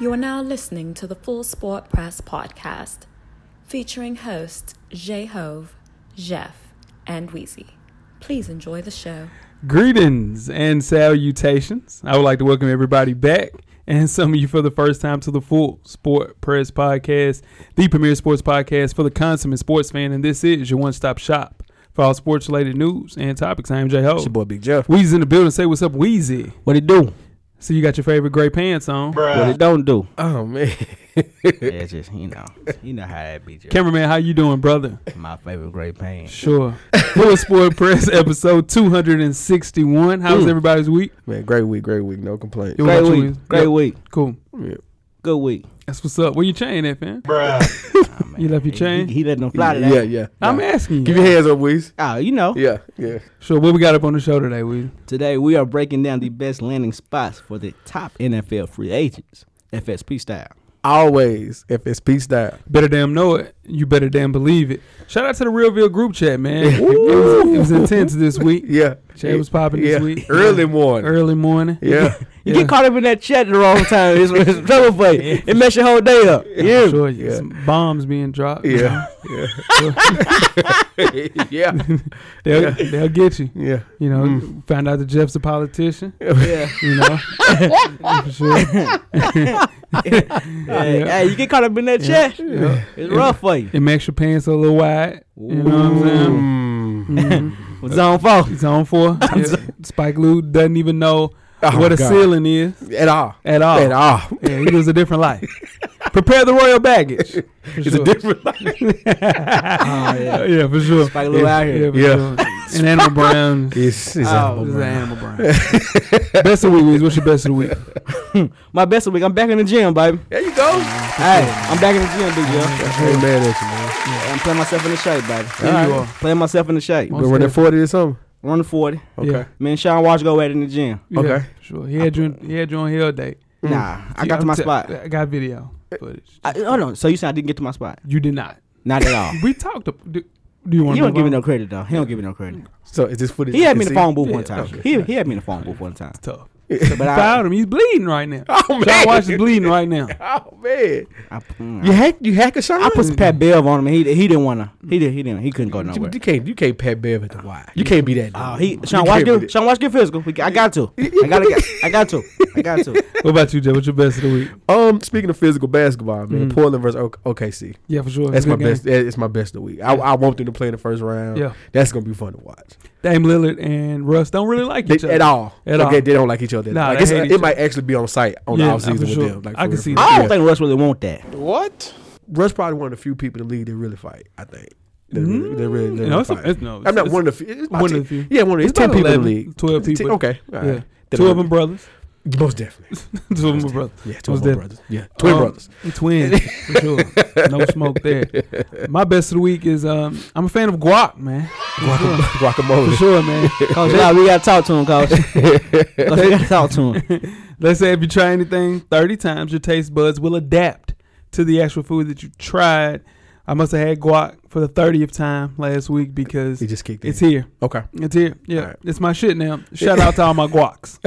You are now listening to the Full Sport Press podcast, featuring hosts Jay Hove, Jeff, and Wheezy. Please enjoy the show. Greetings and salutations. I would like to welcome everybody back and some of you for the first time to the Full Sport Press podcast, the premier sports podcast for the consummate sports fan. And this is your one stop shop for all sports related news and topics. I am Jay It's Ho. your boy Big Jeff. Wheezy's in the building. Say what's up, Wheezy. What it do? So you got your favorite gray pants on. What it don't do? Oh man, yeah, it's just you know, you know how that be. Jeff. Cameraman, how you doing, brother? My favorite great pain. Sure. Full Sport Press episode 261. How was Mm. everybody's week? man, great week, great week, no complaint. Yo, Great what you week. mean? Great Yep. week. Cool. Yeah. Good week. That's what's up. Where you chain at, fam? Nah, man. You left your He- chain? He, he let them fly today. yeah, yeah. I'm yeah. asking Give you. your hands up, Weez. Oh, you know. Yeah, yeah. Sure. What we got up on the show today, we? Today we are breaking down the best landing spots for the top NFL free agents, FSP style. Always, if it's peace style. Better damn know it. You better damn believe it. Shout out to the Realville group chat, man. it, was, it was intense this week. Yeah. Jay was popping this yeah. week. Early morning. Early morning. Yeah. You Yeah. get caught up in that chat at the wrong time. It's, it's trouble for you. It mess your whole day up. I'm sure you. Yeah. Some bombs being dropped. yeah. Yeah. yeah. Mm. They'll, they'll get you. Yeah. You know, found out that Jeff's a politician. Yeah. You know, for sure. Hey, hey, you get caught up in that chat. It's rough for you. It makes your pants a little wide. You know what I'm saying? Mm. Mhm. What's on for? It's on for Spike Lee doesn't even know Oh, what a God. ceiling Oh. is At all. at all. At all. Yeah, he lives a different life. Prepare the royal baggage. For It's sure. a different life. Oh, yeah. yeah, for sure. Spike Lee out here. for Yeah. sure. And Animal Brown. It's, it's Oh, This is man. Animal Brown. best of the week, Wiz. What's your best of the week? My best of the week. I'm back in the gym, baby. There you go. Hey, I'm back in the gym, big Jeff. Hey, man, that's you, man. I'm playing myself in the shape, baby. There you Alright. are. Playing myself in the shape. Most Been running definitely. 40 or something? Running 40. Okay. Yeah. Me and Sean Watch go at it in the gym. Yeah, Okay. Sure. He had you. in- He had you on Hill Day. Nah, I got I'm to my te- spot. I got video footage. I, hold on. So you said I didn't get to my spot? You did not. Not at all. We talked. ab- Do, do you want? He to don't give me no credit though. He don't give me no credit. So is this footage? He had me in you the can phone booth one Yeah, time. okay. He he had me in the phone booth one time. Tough. But I, Fouled him. He's bleeding right now. Oh, John man. Watch is bleeding right now. see? Oh, man. I, mm, You hack, you hack a shot? I put some Pat Bev on him. And he he didn't wanna. He did he didn't. He couldn't go You, nowhere. you can't you can't pat Bev at the Y. You can't be that. Dude. Oh, he You Sean can't Watch be get that- Sean Watch get physical. We- I got to. I gotta get. I got to. I got to. What about you, Jay? What's your best of the week? Um, speaking of physical basketball, man, Mm. Portland versus O- OKC. Yeah, for sure. That's Good my game. best. That is my best of the week. I, I want them to play in the first round. Yeah. that's gonna be fun to watch. Dame Lillard and Russ don't really like They, each other at all, At Like, all. They, they don't like each other. Nah, like, they it's- hate it each might actually be on site on Yeah, the nah, offseason season for with sure. them. Like, I can for real, see for that. I real. don't think Russ really want that. What? Russ probably one of the few people in the league that really fight. I think. That really, that really, that Mm-hmm. Mm. No, really it's a- fight. it's- no, it's- I'm not it's one of the few. It's about one of ten- the few. Yeah, one of It's it's ten about people in the 11, league. 12 It's ten- people. Okay, all Yeah. right. That Two are- of them brothers. Most definitely. Two of them are brothers. Yeah, two Most of them definitely. brothers. Yeah, twin Um, brothers. Twins, for sure. No smoke there. My best of the week is um, I'm a fan of guac, man. Guacamole. For sure, man. Coach, nah, we gotta talk to him, Coach. Coach, we gotta talk to him. Let's say if you try anything 30 times, your taste buds will adapt to the actual food that you tried. I must have had guac for the 30th time last week because He just kicked it's in. here. Okay. It's here. Yeah. Alright. It's my shit now. Shout out to all my guacs.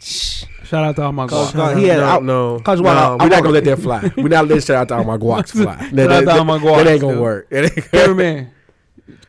Shout out to all my Coach, guacs. Coach, he had no, out. no, Cause no, why I- I we're not want- gonna let that fly. We're not letting shout out to all my guacs fly. Shout out to all my that guacs, ain't gonna dude. work. That ain't gonna- Cameraman.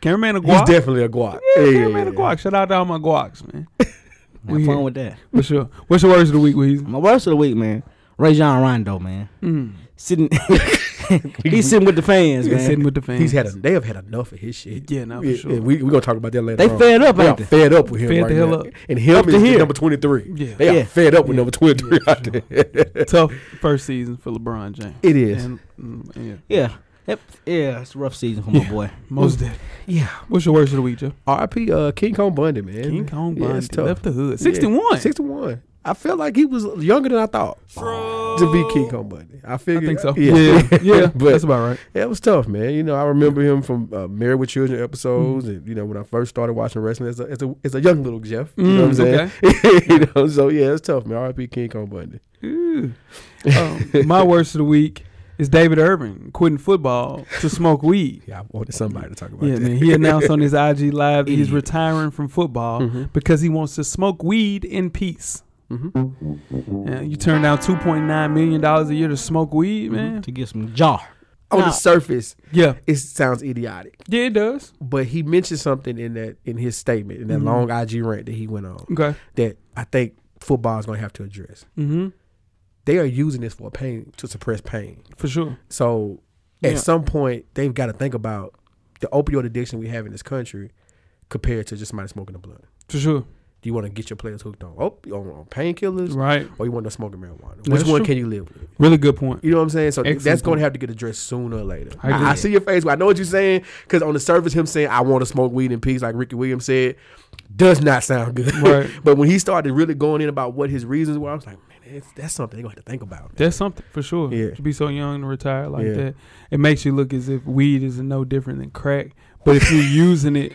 Cameraman of He's guac. definitely a guac. yeah, cameraman of guac. Shout out to all my guacs, man. Have fun with that. For sure. What's your words of the week, Weezy? My worst of the week, man. Ray John Rondo, man. Mm. Sitting he's sitting with the fans, He's man. sitting with the fans. He's had. A, they have had enough of his shit. Yeah, no, for Yeah, sure. yeah, we we gonna talk about that later. They on. fed up, They ain't are they? fed up with him. Fed right the hell now. up. And him Up to is the here. number twenty three. Yeah. They Yeah. are fed up with Yeah. number twenty three out there. tough first season for LeBron James. It is. And, mm, yeah. Yeah. Yep. Yeah, it's a rough season for my Yeah. boy. Most dead. Yeah. What's your worst of the week, Joe? R.I.P. Uh, King Kong Bundy, man. King Kong Yeah, Bundy it's tough. left the hood. Yeah. 61. 61. I felt like he was younger than I thought to be King Kong Bundy. I I figured. think so. Yeah. yeah, yeah, but that's about right. yeah, it was tough, man. You know, I remember him from uh, Married with Children episodes, and you know when I first started watching wrestling as a as a, as a young little Jeff. You know what I'm Mm, saying? you know, so yeah, it's tough, man. R.I.P. King Kong Bundy. Ooh. Um, my worst of the week is David Irvin quitting football to smoke weed. Yeah, I wanted somebody to talk about Yeah, that. man. He announced on his IG live that he's Idiot. retiring from football Mhm. because he wants to smoke weed in peace. Mhm. Yeah, you turn down two point nine million dollars a year to smoke weed, man. To get some jar. On Nah. the surface, Yeah, it sounds idiotic, yeah, it does. but he mentioned something in that in his statement in that Mhm. long IG rant that he went on Okay. that I think football is going to have to address. Mm-hmm. They are using this for pain to suppress pain. For sure. So at Yeah. some point, they've got to think about the opioid addiction we have in this country compared to just somebody smoking a blunt. For sure. Do you want to get your players hooked on op- on, on painkillers, Right. or you want them smoking marijuana? Which That's one true. can you live with? Really good point. You know what I'm saying? So th- Excellent that's going point. to have to get addressed sooner or later. I agree. I, I see your face. But I know what you're saying because on the surface, him saying I want to smoke weed in peace, like Ricky Williams said, does not sound good. Right. but when he started really going in about what his reasons were, I was like, man, that's, that's something they're going to have to think about. man. That's something for sure. Yeah. To be so young and retire like Yeah. that, it makes you look as if weed is no different than crack. But if you're using it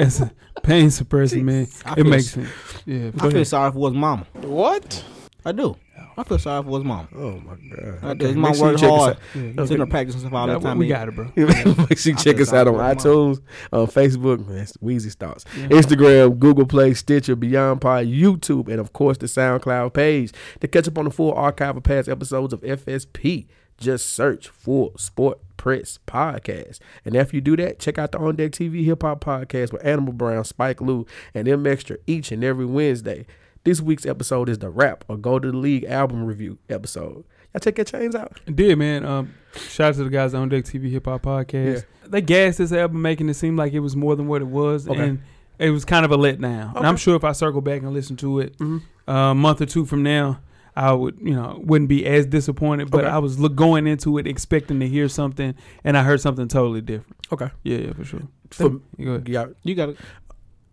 as a pain suppressant, man, I it feel makes s- sense. Yeah. go I feel ahead. sorry for his mama. What? I do. I feel sorry for his mama. Oh my god! I do. My work check hard. us Yeah, He's in the practice and stuff all the That- time. we man. got it, bro. out. Make sure you I check feel us out on sorry for iTunes, on Facebook, man, it's Wheezy Thoughts, Yeah. Instagram, Google Play, Stitcher, Beyond Pod, YouTube, and of course the SoundCloud page. To catch up on the full archive of past episodes of FSP, just search Full Sport Press Podcast. And after you do that, check out the On Deck TV Hip Hop Podcast with Animal Brown, Spike Lou, and M Extra each and every Wednesday. This week's episode is the Rap or Go to the League album review episode. Y'all check your chains out. It did, man. Um, shout out to the guys on Deck TV Hip Hop Podcast. They gassed this album, making it seem like it was more than what it was, Okay. and it was kind of a letdown. And I'm Okay. sure if I circle back and listen to it Mhm. uh, a month or two from now, I would, you know, wouldn't be as disappointed. But Okay. I was look, going into it expecting to hear something, and I heard something totally different. Okay. Yeah, yeah, for sure. For, You go ahead. yeah, You got it.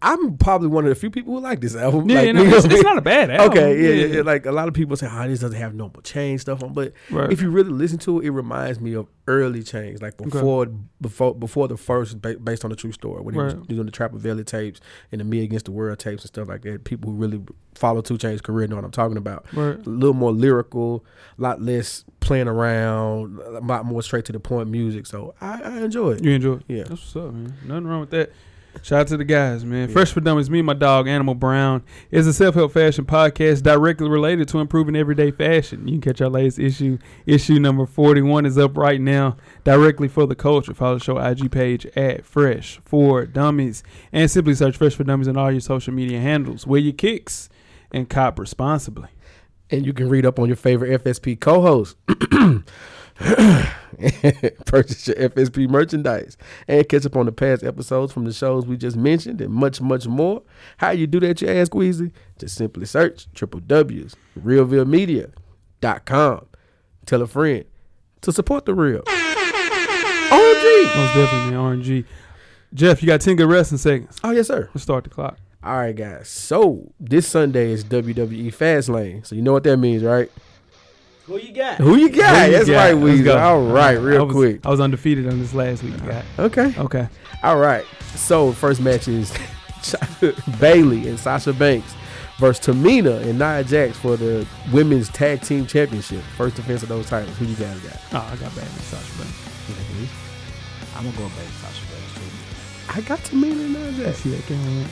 I'm probably one of the few people who like this album. Yeah, like, yeah, no, you know it's, what I it's mean? not a bad album. Okay, yeah, yeah, yeah. Like a lot of people say, "Oh, this doesn't have normal change stuff on." But right. if you really listen to it, it reminds me of early change, like Okay. before, before, before the first, ba- based on the true story, when he was Right. doing the Trapper Valley tapes and the Me Against the World tapes and stuff like that. People who really follow Two Chain's career know what I'm talking about. right. A little more lyrical, a lot less playing around, a lot more straight to the point music. So I, I enjoy it. You enjoy. it? Yeah. That's what's up, man. Nothing wrong with that. Shout out to the guys, man. Fresh for Dummies, me and my dog, Animal Brown, is a self help fashion podcast directly related to improving everyday fashion. You can catch our latest issue. Issue number 41 is up right now, directly for the culture. Follow the show IG page at Fresh for Dummies. And simply search Fresh for Dummies on all your social media handles. Wear your kicks and cop responsibly. And you can read up on your favorite FSP co host. Purchase your FSP merchandise and catch up on the past episodes from the shows we just mentioned and much, much more. How you do that, you ask Weezy? Just simply search www.realvillemedia.com. Tell a friend to support the real. OG! Most definitely, man. RNG. Jeff, you got 10 good wrestling seconds. Oh, yes, sir. Let's start the clock. All right, guys. So this Sunday is WWE Fastlane. So you know what that means, right? Who you got? Who you got? Who you That's got? right, Let's Weezy. go. All right, I real was- quick. Uh, I was undefeated on this last week. guy. Okay. Okay. All right. So first match is Bailey and Sasha Banks versus Tamina and Nia Jax for the women's tag team championship. First defense of those titles. Who you guys got? Oh, I got bad with Sasha Banks. Mm-hmm. I'm gonna go back to Sasha Banks too. I got Tamina and Nia I Jax. see that camera.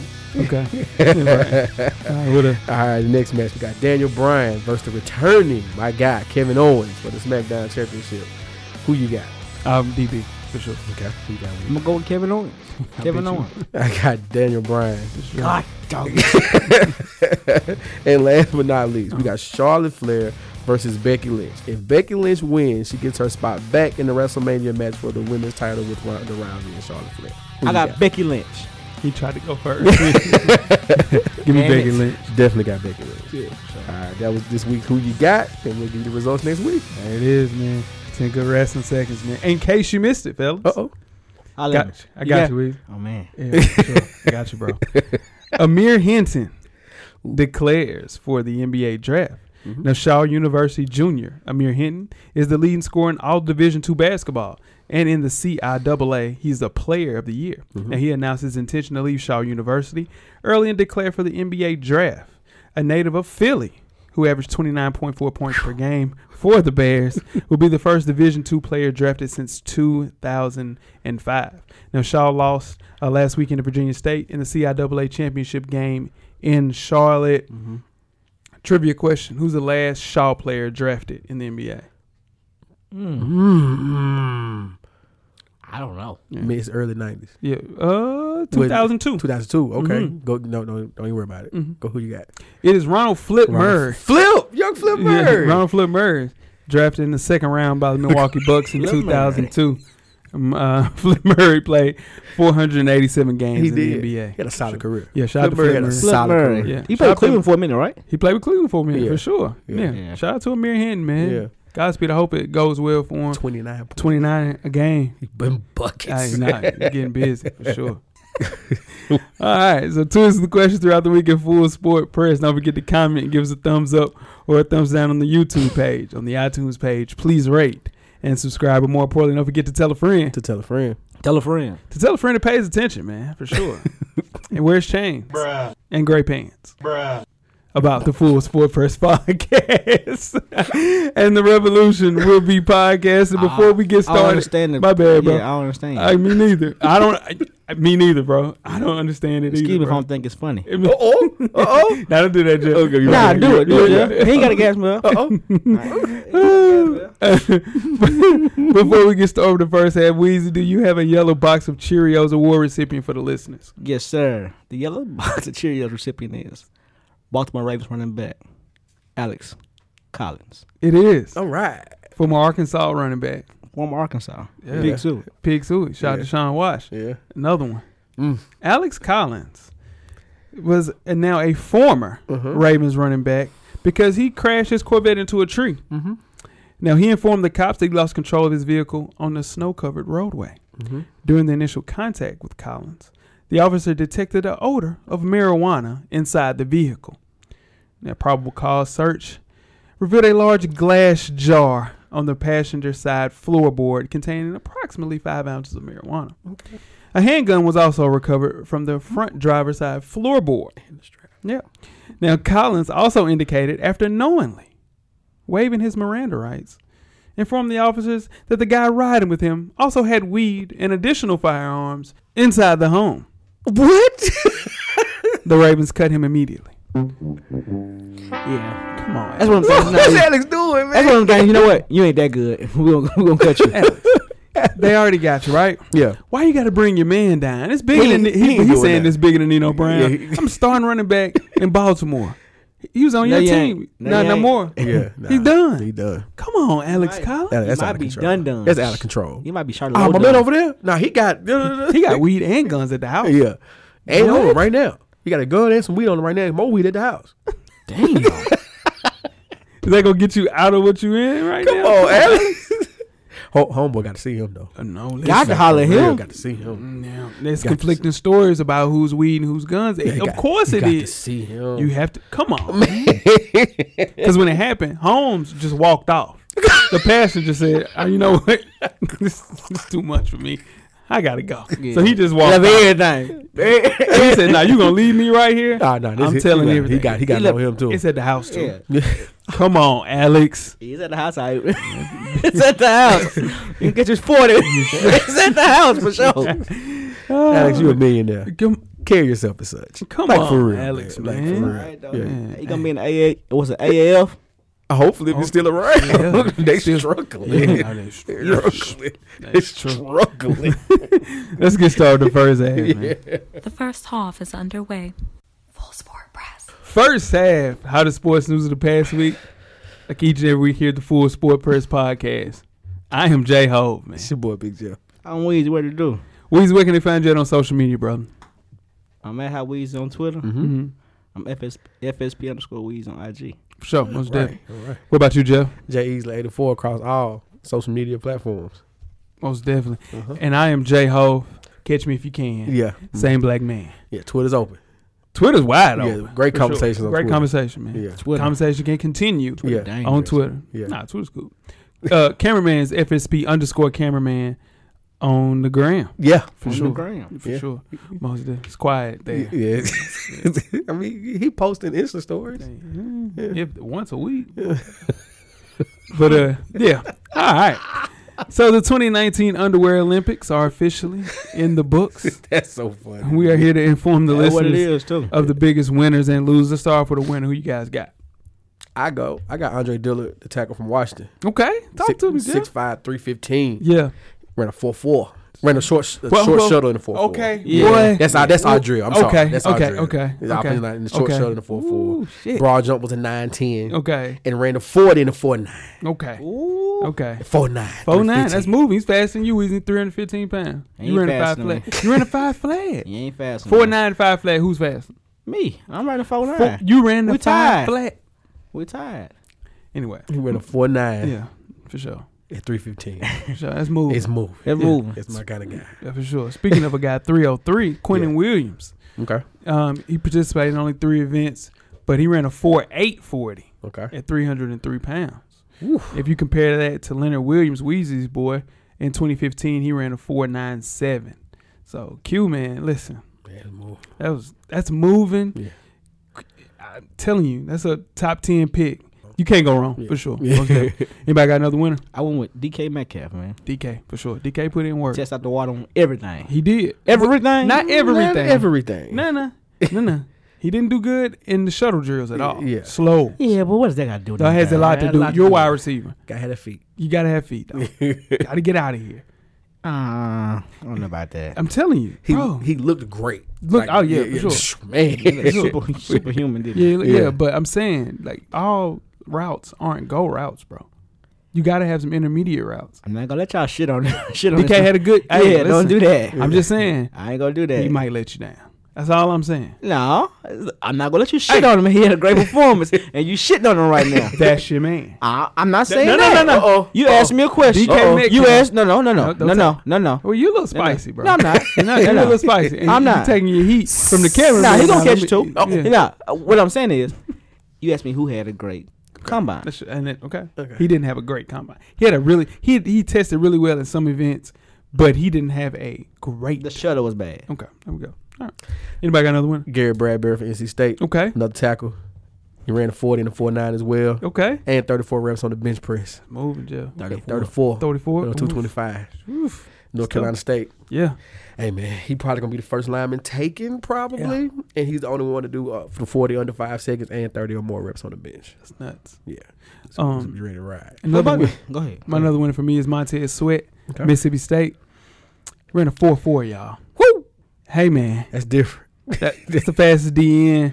Okay. All right, what a- All right. The next match we got Daniel Bryan versus the returning my guy Kevin Owens for the SmackDown championship. Who you got? um, DB for sure. Okay. Who you got? I'm gonna go with Kevin Owens. I Kevin beat you. Owens. I got Daniel Bryan. For sure. dog. and last but not least, we got Charlotte Flair versus Becky Lynch. If Becky Lynch wins, she gets her spot back in the WrestleMania match for the women's title with Ronda Rousey and Charlotte Flair. Who I you got Becky Lynch. He tried to go first. Give me Damn Becky it. Lynch. Definitely got Becky Lynch. Yeah, All right, that was this week. Who you got? And we'll give you the results next week. There it is, man. It's in good resting seconds, man. In case you missed it, fellas. Uh oh. Holla at me. Got you. I got Yeah. you, Weezy. Oh man. Yeah, for sure. I got you, bro. Amir Hinton declares for the NBA draft. Mhm. Nashaw University junior Amir Hinton is the leading scorer in all Division II basketball, and in the CIAA, he's the Player of the Year. Mhm. And he announced his intention to leave Shaw University early and declare for the NBA draft. A native of Philly, who averaged 29.4 points per game for the Bears, will be the first Division II player drafted since 2005. Now, Shaw lost uh, last weekend to Virginia State in the CIAA championship game in Charlotte. Mm-hmm. Trivia question: Who's the last Shaw player drafted in the NBA? Hmm. Mm. Mm-hmm. I don't know. Yeah. Mid early nineties. Yeah, uh, 2002. Two thousand two. Okay. Mhm. Go no no don't even worry about it. Mhm. Go who you got. It is Ronald Flip Murray. Flip! Young Flip Yeah, Murray. Ronald Flip Murray, drafted in the second round by the Milwaukee Bucks in Flip Murray. 2002. Um, uh, Flip Murray played 487 games He in did. the NBA. He had a solid career. Yeah, shout out to Flip Murray Flip had a Murray. solid- Solid Murray. career. Yeah. He Shout out played to- Cleveland for a minute, right? He played with Cleveland for a minute Yeah. for sure. Yeah. Yeah. Yeah. shout out to Amir Hinton, man. Godspeed. I hope it goes well for him. Twenty nine points. 29 a game. He been I buckets. not getting busy for sure. All right, so tweet us the questions throughout the week at Full Sport Press. Don't forget to comment, give us a thumbs up or a thumbs down on the YouTube page, on the iTunes page. Please rate and subscribe, but more importantly, don't forget to tell a friend. to tell a friend. Tell a friend. To tell a friend that pays attention, man, for sure. and wears chains and gray pants. About the Full Sport Press podcast and the revolution will be podcasted. Ah, Before we get I don't started, understand the, my bad, bro. Yeah, I don't understand. I me neither. I don't. I- I, me neither, bro. I don't understand it Excuse either. me if I Bro. don't think it's funny. Uh oh. Uh oh. Now don't do that, Jeff. Okay, you Nah, right. do it, do it. Yeah. He ain't got a gas Uh oh. bill. Before we get started, with the first half, Weezy, do you have a yellow box of Cheerios award recipient for the listeners? yes, sir. The yellow box of Cheerios recipient is Baltimore Ravens running back Alex Collins, It is All right. from our Arkansas running back, former Arkansas. Yeah. Big Sue. Pig Suey. Shout out to Sean Wash. Yeah. Another one. Mm. Alex Collins was uh, now a former Uh-huh. Ravens running back because he crashed his Corvette into a tree. Mm-hmm. Now, he informed the cops that he lost control of his vehicle on the snow covered roadway. Mm-hmm. During the initial contact with Collins, the officer detected an odor of marijuana inside the vehicle. A probable cause search revealed a large glass jar on the passenger side floorboard containing approximately five ounces of marijuana. Okay. A handgun was also recovered from the front driver's side floorboard. Yeah. Now, Collins also indicated after knowingly waiving his Miranda rights, informed the officers that the guy riding with him also had weed and additional firearms inside the home. What? The Ravens cut him immediately. Yeah. Come on. That's what I'm saying. What's Nah, Alex doing, That's man? what I'm saying. You know what? You ain't that good. We're going we gonna cut you. they already got you, right? Yeah. Why you got to bring your man down? It's bigger He than ain't- he he, ain't he's doing saying that. it's bigger than Nino Brown. Yeah, he- I'm starting running back in Baltimore. He was on No, your you team. ain't. No, No, you no ain't. more. Yeah. He's done. He done. Come on, Alex Right. Collins. That- that's might out of be control. done done. That's out of control. You might be Charlotte. Oh, my Lowdown. man over there. Nah, he got. He got weed and guns at the house. Yeah. And on What? him right now. He got a gun and some weed on him right now. More weed at the house. Damn. Is that gonna get you out of what you in right Come now? on, Alex. Ho- Homeboy got to see him though. Uh, No, listen. Got to holler at For real, him. Got to see him. Mm. Now, there's Got conflicting stories about who's weed and who's guns. Yeah, he of got- course he it got to is. see him. You have to come on, because when it happened, Holmes just walked off. the passenger said, oh, "You know what? this is too much for me. I gotta go." Yeah. So he just He walked. left Off. everything. He said, "Now nah, you gonna leave me right here?" Ah, Nah, nah, this I'm he- telling he, everything. He got. He got He to know let- him too. It's at the house too. Yeah. Come on, Alex. He's at the house. I. it's at the house. You can get your forty. it's at the house for sure. Alex, you a millionaire. Come, Carry yourself as such. come Like on, for real, Alex, man. man. Like for real. Alright, though. Yeah. He gonna be in the AA. What's it? AAF? Hopefully, Oh. they're still around. Yeah. they Still- struggling. Yeah, that is They're true. struggling. That They're is true. struggling. Let's get started with the first half, man. The first half is underway. Full Sport Press. First half, how the sports news of the past week. Like each and every week here at the Full Sport Press Podcast. I am J Hove, man. it's your boy, Big Jeff. I'm Weezy. What to do? Weezy, where can they find you at on social media, brother? I'm at How Weezy on Twitter. Mm-hmm. I'm FS, FSP underscore Weezy on IG. For sure, most Right, definitely. right. E What about you, Jeff? J Easley, 84 across all social media platforms. Most definitely. Uh-huh. And I am J Hove. Catch me if you can. Yeah, Same black man. yeah. Twitter's open. Twitter's wide Yeah, open. great for sure. conversations on Great Twitter. conversation, man. Yeah, Twitter. Conversation can continue yeah. Twitter dangerous. on Twitter. yeah. Nah, Twitter's cool. Uh, cameraman's FSP underscore cameraman on the gram yeah, for On the sure. gram. For Yeah. sure. Most definitely. It's quiet there. yeah. I mean, he posting Insta stories. Dang. If once a week. but uh yeah. All right. So the 2019 Underwear Olympics are officially in the books. That's so funny. We are here to inform the That's what it listeners is too. of the biggest winners and losers. Let's start off with a winner. Who you guys got? I go. I got Andre Dillard, the tackle from Washington. Okay, talk six, to me, Jeff. six five, three fifteen. Yeah. Ran a four four. Ran a short sh- a Well, short well, shuttle in the four Okay. Yeah. Boy. That's our that's our drill. I'm okay. sorry. That's okay. our drill. okay. It's our okay. opinion line in the short shuttle in the four four. Ooh, shit. Broad jump was a nine ten. Okay. And ran a forty in the four nine. Okay. Ooh. Okay. Four nine. Four nine. That's moving. He's faster than you. He's in 315 pounds. Ain't You ran a faster five than flat. You ran a five flat. You ain't fast. Four enough. nine five flat. Who's fast? Me. I'm riding four nine. Four, you ran the We five tied. flat. We're tired. Anyway. He ran a four nine Yeah. For sure. at three fifteen. For sure. That's moving. It's moving. It's moving. It's my kind of guy. Yeah, for sure. Speaking of a guy, 303, Quentin Yeah. Williams. Okay. Um, he participated in only three events, but he ran a four eight forty Okay. at 303 pounds. Oof. If you compare that to Leonard Williams, Wheezy's boy, in 2015, he ran a 497. So, Q, man, listen, Man, it's moving. that was that's moving. Yeah. I'm telling you, that's a top 10 pick. You can't go wrong, Yeah. for sure. Yeah. Most definitely. Anybody got another winner? I went with DK Metcalf, man. DK, for sure. DK put in work. Test out the water on everything. He did. Everything. Not e- everything. Everything. No, no, no, no. He didn't do good in the shuttle drills at all. Yeah. Slow. yeah, but what does that got to do? with That has a anything? lot to Had a do. lot to You're a do. wide receiver. Guy had a feet. You gotta have feet. Though. gotta get out of here. Uh, I don't know about that. I'm telling you, He bro. he looked great. Look- oh, yeah, for sure. man. Super, superhuman did it. yeah, yeah, Yeah. But I'm saying, like, all routes aren't go routes, bro. You gotta have some intermediate routes. I'm not gonna let y'all shit on shit on. DK this. had a good. yeah, hey, don't listen, do that. I'm just saying I ain't gonna do that. he might let you down. That's all I'm saying. No, I'm not gonna let you shit on him. He had a great performance, and you shitting on him right now. That's your man. I, I'm not saying no, no, that. no, no. Uh-oh. You asked me a question. DK Uh-oh. Metcalf. You asked no, no, no, no, No, no, don't no, tell- no, no, Well, you a little spicy, bro. No, I'm not. You're not. You're a No. little spicy. And I'm you not. taking your heat from the camera. Nah, he man. Now, gonna catch you let me- too. Oh, yeah. Nah, uh, what I'm saying is, you asked me who had a great combine. That's- and then, okay. Okay. He didn't have a great combine. He had a really he he tested really well in some events, but he didn't have a great. The shuttle was bad. okay, there we go. All right. Anybody got another one? Gary Bradbury for NC State. Okay. Another tackle. He ran a 40 and a 4 9 as well. Okay. And 34 reps on the bench press. Moving, Jeff. 34. 34. Uh, 225. Oof. North tough. Carolina State. Yeah. Hey, man. He probably going to be the first lineman taken, probably. And he's the only one to do uh, for 40 under 5 seconds and 30 or more reps on the bench. That's nuts. Yeah. So, Um, so be ready to ride. What Another about win, you? Go ahead. my another winner for me is Montez Sweat, Okay. Mississippi State. Ran a 4 4, y'all. Woo! Hey, man. That's different. That, that's the fastest DN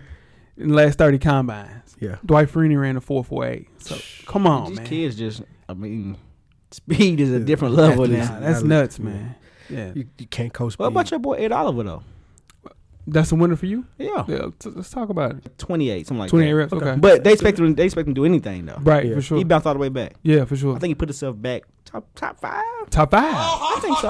in the last 30 combines. Yeah. Dwight Freeney ran a 4.48. So, come on, These man. kids just, I mean, speed is a different Yeah. level. Athletes. Nah, now. that's Yeah. nuts, man. Yeah. You, you can't coach. What about speed. your boy Ed Oliver though? That's a winner for you? Yeah, Yeah, t- let's talk about it. 28, something like 28 that. reps, okay. But they expect him. They expect him to do anything though. Right, Yeah. for sure. He bounced all the way back. yeah, for sure. I think he put himself back top top five. Top five. I think so.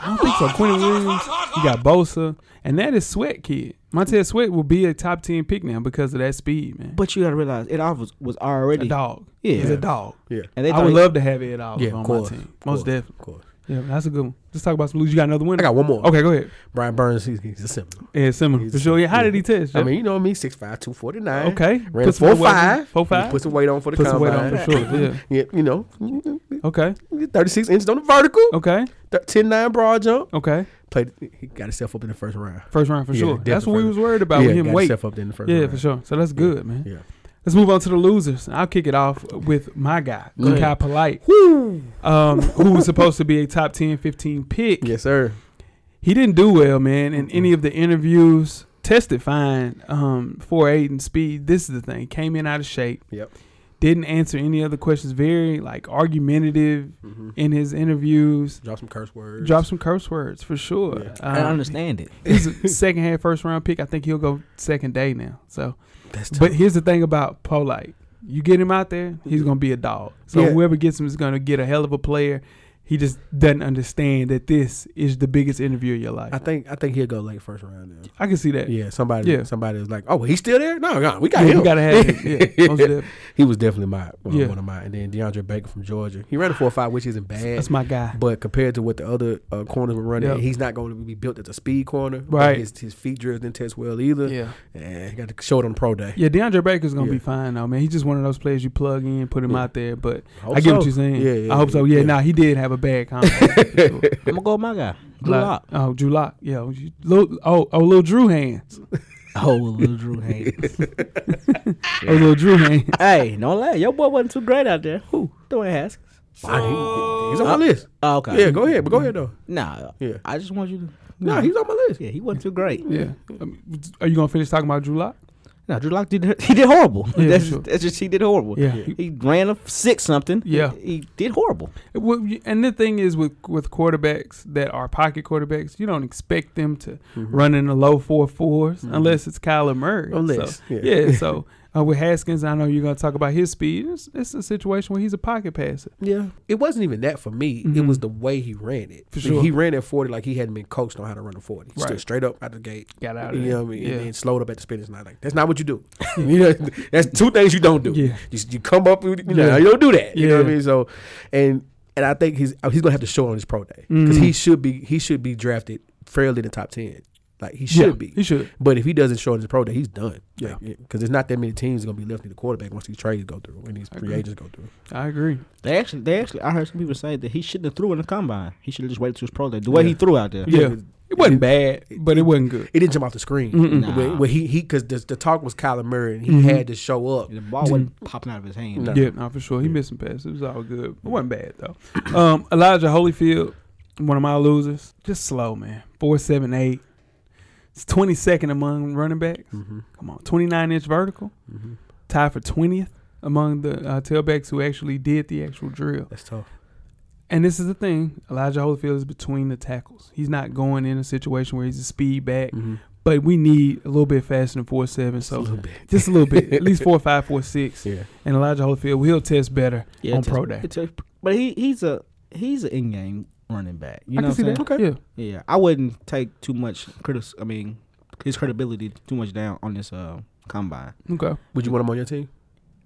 I don't think so. Quentin Williams, you got Bosa, and that is Sweat Kid. Montez Sweat will be a top 10 pick now because of that speed, man. But you gotta realize Ed Oliver was, was already a dog. Yeah. He's a dog. Yeah. And they I thought would he- love to have Ed Oliver Yeah, on of course. my team. Of Most course. definitely. Of course. Yeah, that's a good one. Let's talk about some losers. You got another winner? I got one more. Okay, go ahead. Brian Burns, he's, he's a Seminole. Yeah, similar. He's- For sure. Yeah, how did he test? I Jeff? mean, you know me, 6'5", 249. okay. Ran Put some four weight on- five. Four five. Put some weight on for the Put some weight combine. on for sure. Yeah. Yeah, you know, Okay. 36 inches on the vertical, Okay. thir- 10 9 broad jump. Okay. Played, he got himself up in the first round. First round for Yeah, sure. That's what we definitely. was worried about yeah, with him got weight. himself up in the first Yeah, round. for sure. So that's good, man. Yeah. Let's move on to the losers. I'll kick it off with my guy, Go ahead. Kai Polite, Woo! um, who was supposed to be a top 10, 15 pick. Yes, sir. He didn't do well, man, in any of the interviews. Tested fine, um, 4.8 and speed. This is the thing. Came in out of shape. Yep. Didn't answer any other questions. Very, like, argumentative Mm-hmm. in his interviews. Drop some curse words. Drop some curse words, for sure. Yeah. I don't Um, understand it. He's a second half, first round pick. I think he'll go second day now. So, That's But tough. here's the thing about Polite. You get him out there, he's gonna be a dog. So Yeah. whoever gets him is gonna get a hell of a player. He just doesn't understand that this is the biggest interview of your life. I I, think I think he'll go late first round. Then. can see that. Yeah, somebody Yeah. somebody was like, "Oh, he's still there? No, no, we got Yeah, him. we gotta have it. Yeah, most definitely. He was definitely my one, Yeah. one of mine. And then DeAndre Baker from Georgia, he ran a four five, which isn't bad. That's my guy. But compared to what the other uh, corners were running, Yep. he's not going to be built as a speed corner. but Right. His, his feet drills didn't test well either. Yeah, And he got to show it on pro day. yeah. DeAndre Baker's gonna Yeah. be fine though, man. He's just one of those players you plug in, put him Yeah. out there. But Hope I get so. what you're saying. Yeah, yeah, I hope so. Yeah, nah, he did have a bad contract. for sure. I'm gonna go with my guy. Drew Like- Lock. Oh, Drew Lock. Yeah. oh, you- Lil, oh, oh, little Drew hands. Oh, little Drew Haynes. Oh, little Drew hands. hey, no lie, your boy wasn't too great out there. Who? Dwayne Haskins. Wow, he- he's on my Uh, list. Oh, okay. Yeah, go ahead. But go ahead, though. Nah. Yeah. I just want you to. No, he's on my list. Yeah, he wasn't too great. Yeah. I mean, are you gonna finish talking about Drew Lock? No, Drew Lock did. He did horrible. Yeah, that's, for sure. that's just he did horrible. Yeah. He ran a six something. Yeah. He, he did horrible. Well, you- and the thing is with with quarterbacks that are pocket quarterbacks, you don't expect them to Mm-hmm. run in the low four fours unless it's Kyler Murray. Unless, so, Mm-hmm. Oh, yeah. yeah. so uh, with Haskins, I know you're gonna talk about his speed. It's, it's a situation where he's a pocket passer. Yeah. It wasn't even that for me. It was the way he ran it. Mm-hmm. For sure. He ran at 40 like he hadn't been coached on how to run a 40. He Stood Right. straight up out the gate. Got out of You there. know what I mean? Yeah. And then slowed up at the spinach line. Like, that's not what you do. you know, that's two things you don't do. Yeah. You, you come up, with- you know, Yeah. you don't do that. You know what I Yeah. mean? So, and and I think he's he's gonna have to show on his pro day because Mm-hmm. he should be he should be drafted fairly in the top ten. Like he should Yeah, be. He should. But if he doesn't show on his pro day, he's done. Yeah. Because there's not that many teams gonna be left in the quarterback once these trades go through and these free agree. agents go through. I agree. They actually, they actually, I heard some people say that he shouldn't have threw in the combine. He should have just waited to his pro day. The way Yeah. he threw out there. Yeah. It wasn't It- bad, but it wasn't good. It didn't jump off the screen. Mm-mm. Nah. Where, where he he because the, the talk was Kyler Murray and he Mhm. had to show up. The ball Mm-hmm. wasn't popping out of his hand. No. Yeah, no, for sure. He missed some passes. It was all good. It wasn't bad though. Um, Elijah Holyfield, one of my losers. Just slow, man. Four seven eight. It's twenty second among running backs. Mhm. Come on, twenty nine inch vertical. Mhm. Tied for twentieth among the uh, tailbacks who actually did the actual drill. That's tough. And this is the thing: Elijah Holyfield is between the tackles. He's not going in a situation where he's a speed back. But we need a little bit faster than four seven. Mm-hmm. A So little bit. just a little bit, at least four five, four six. Yeah. And Elijah Holyfield, he'll test better Yeah, on it's a- pro day. it's a- but he he's a he's an in game running back. You I know can see what I'm saying? that. Okay. Yeah. Yeah, I wouldn't take too much critic. I mean, his credibility too much down on this uh, combine. Okay. Would you want him on your team?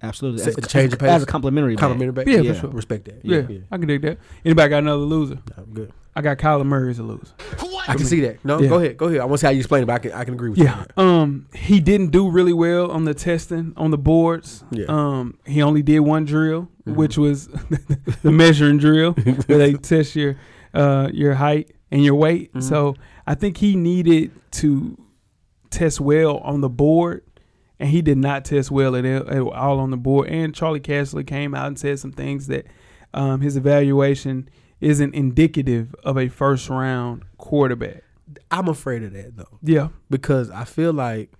Absolutely, Say- as, a- change as, of a- as pace. a complimentary. back. Complimentary back. Yeah, Yeah. for sure. Respect that. Yeah, yeah. I can dig that. Anybody got another loser? Nah, I'm good. I got Kyler Murray as a loser. I can see that. No, Yeah. go ahead. Go ahead. I want to see how you explain it, but I can, I can agree with Yeah. Um, he didn't do really well on the testing on the boards. Yeah. Um, he only did one drill, which was the measuring drill where they test your uh your height and your weight. So I think he needed to test well on the board. And he did not test well at, at all on the board. And Charlie Castley came out and said some things that um, his evaluation isn't indicative of a first round quarterback. you. I'm afraid of that, though, Yeah. because I feel like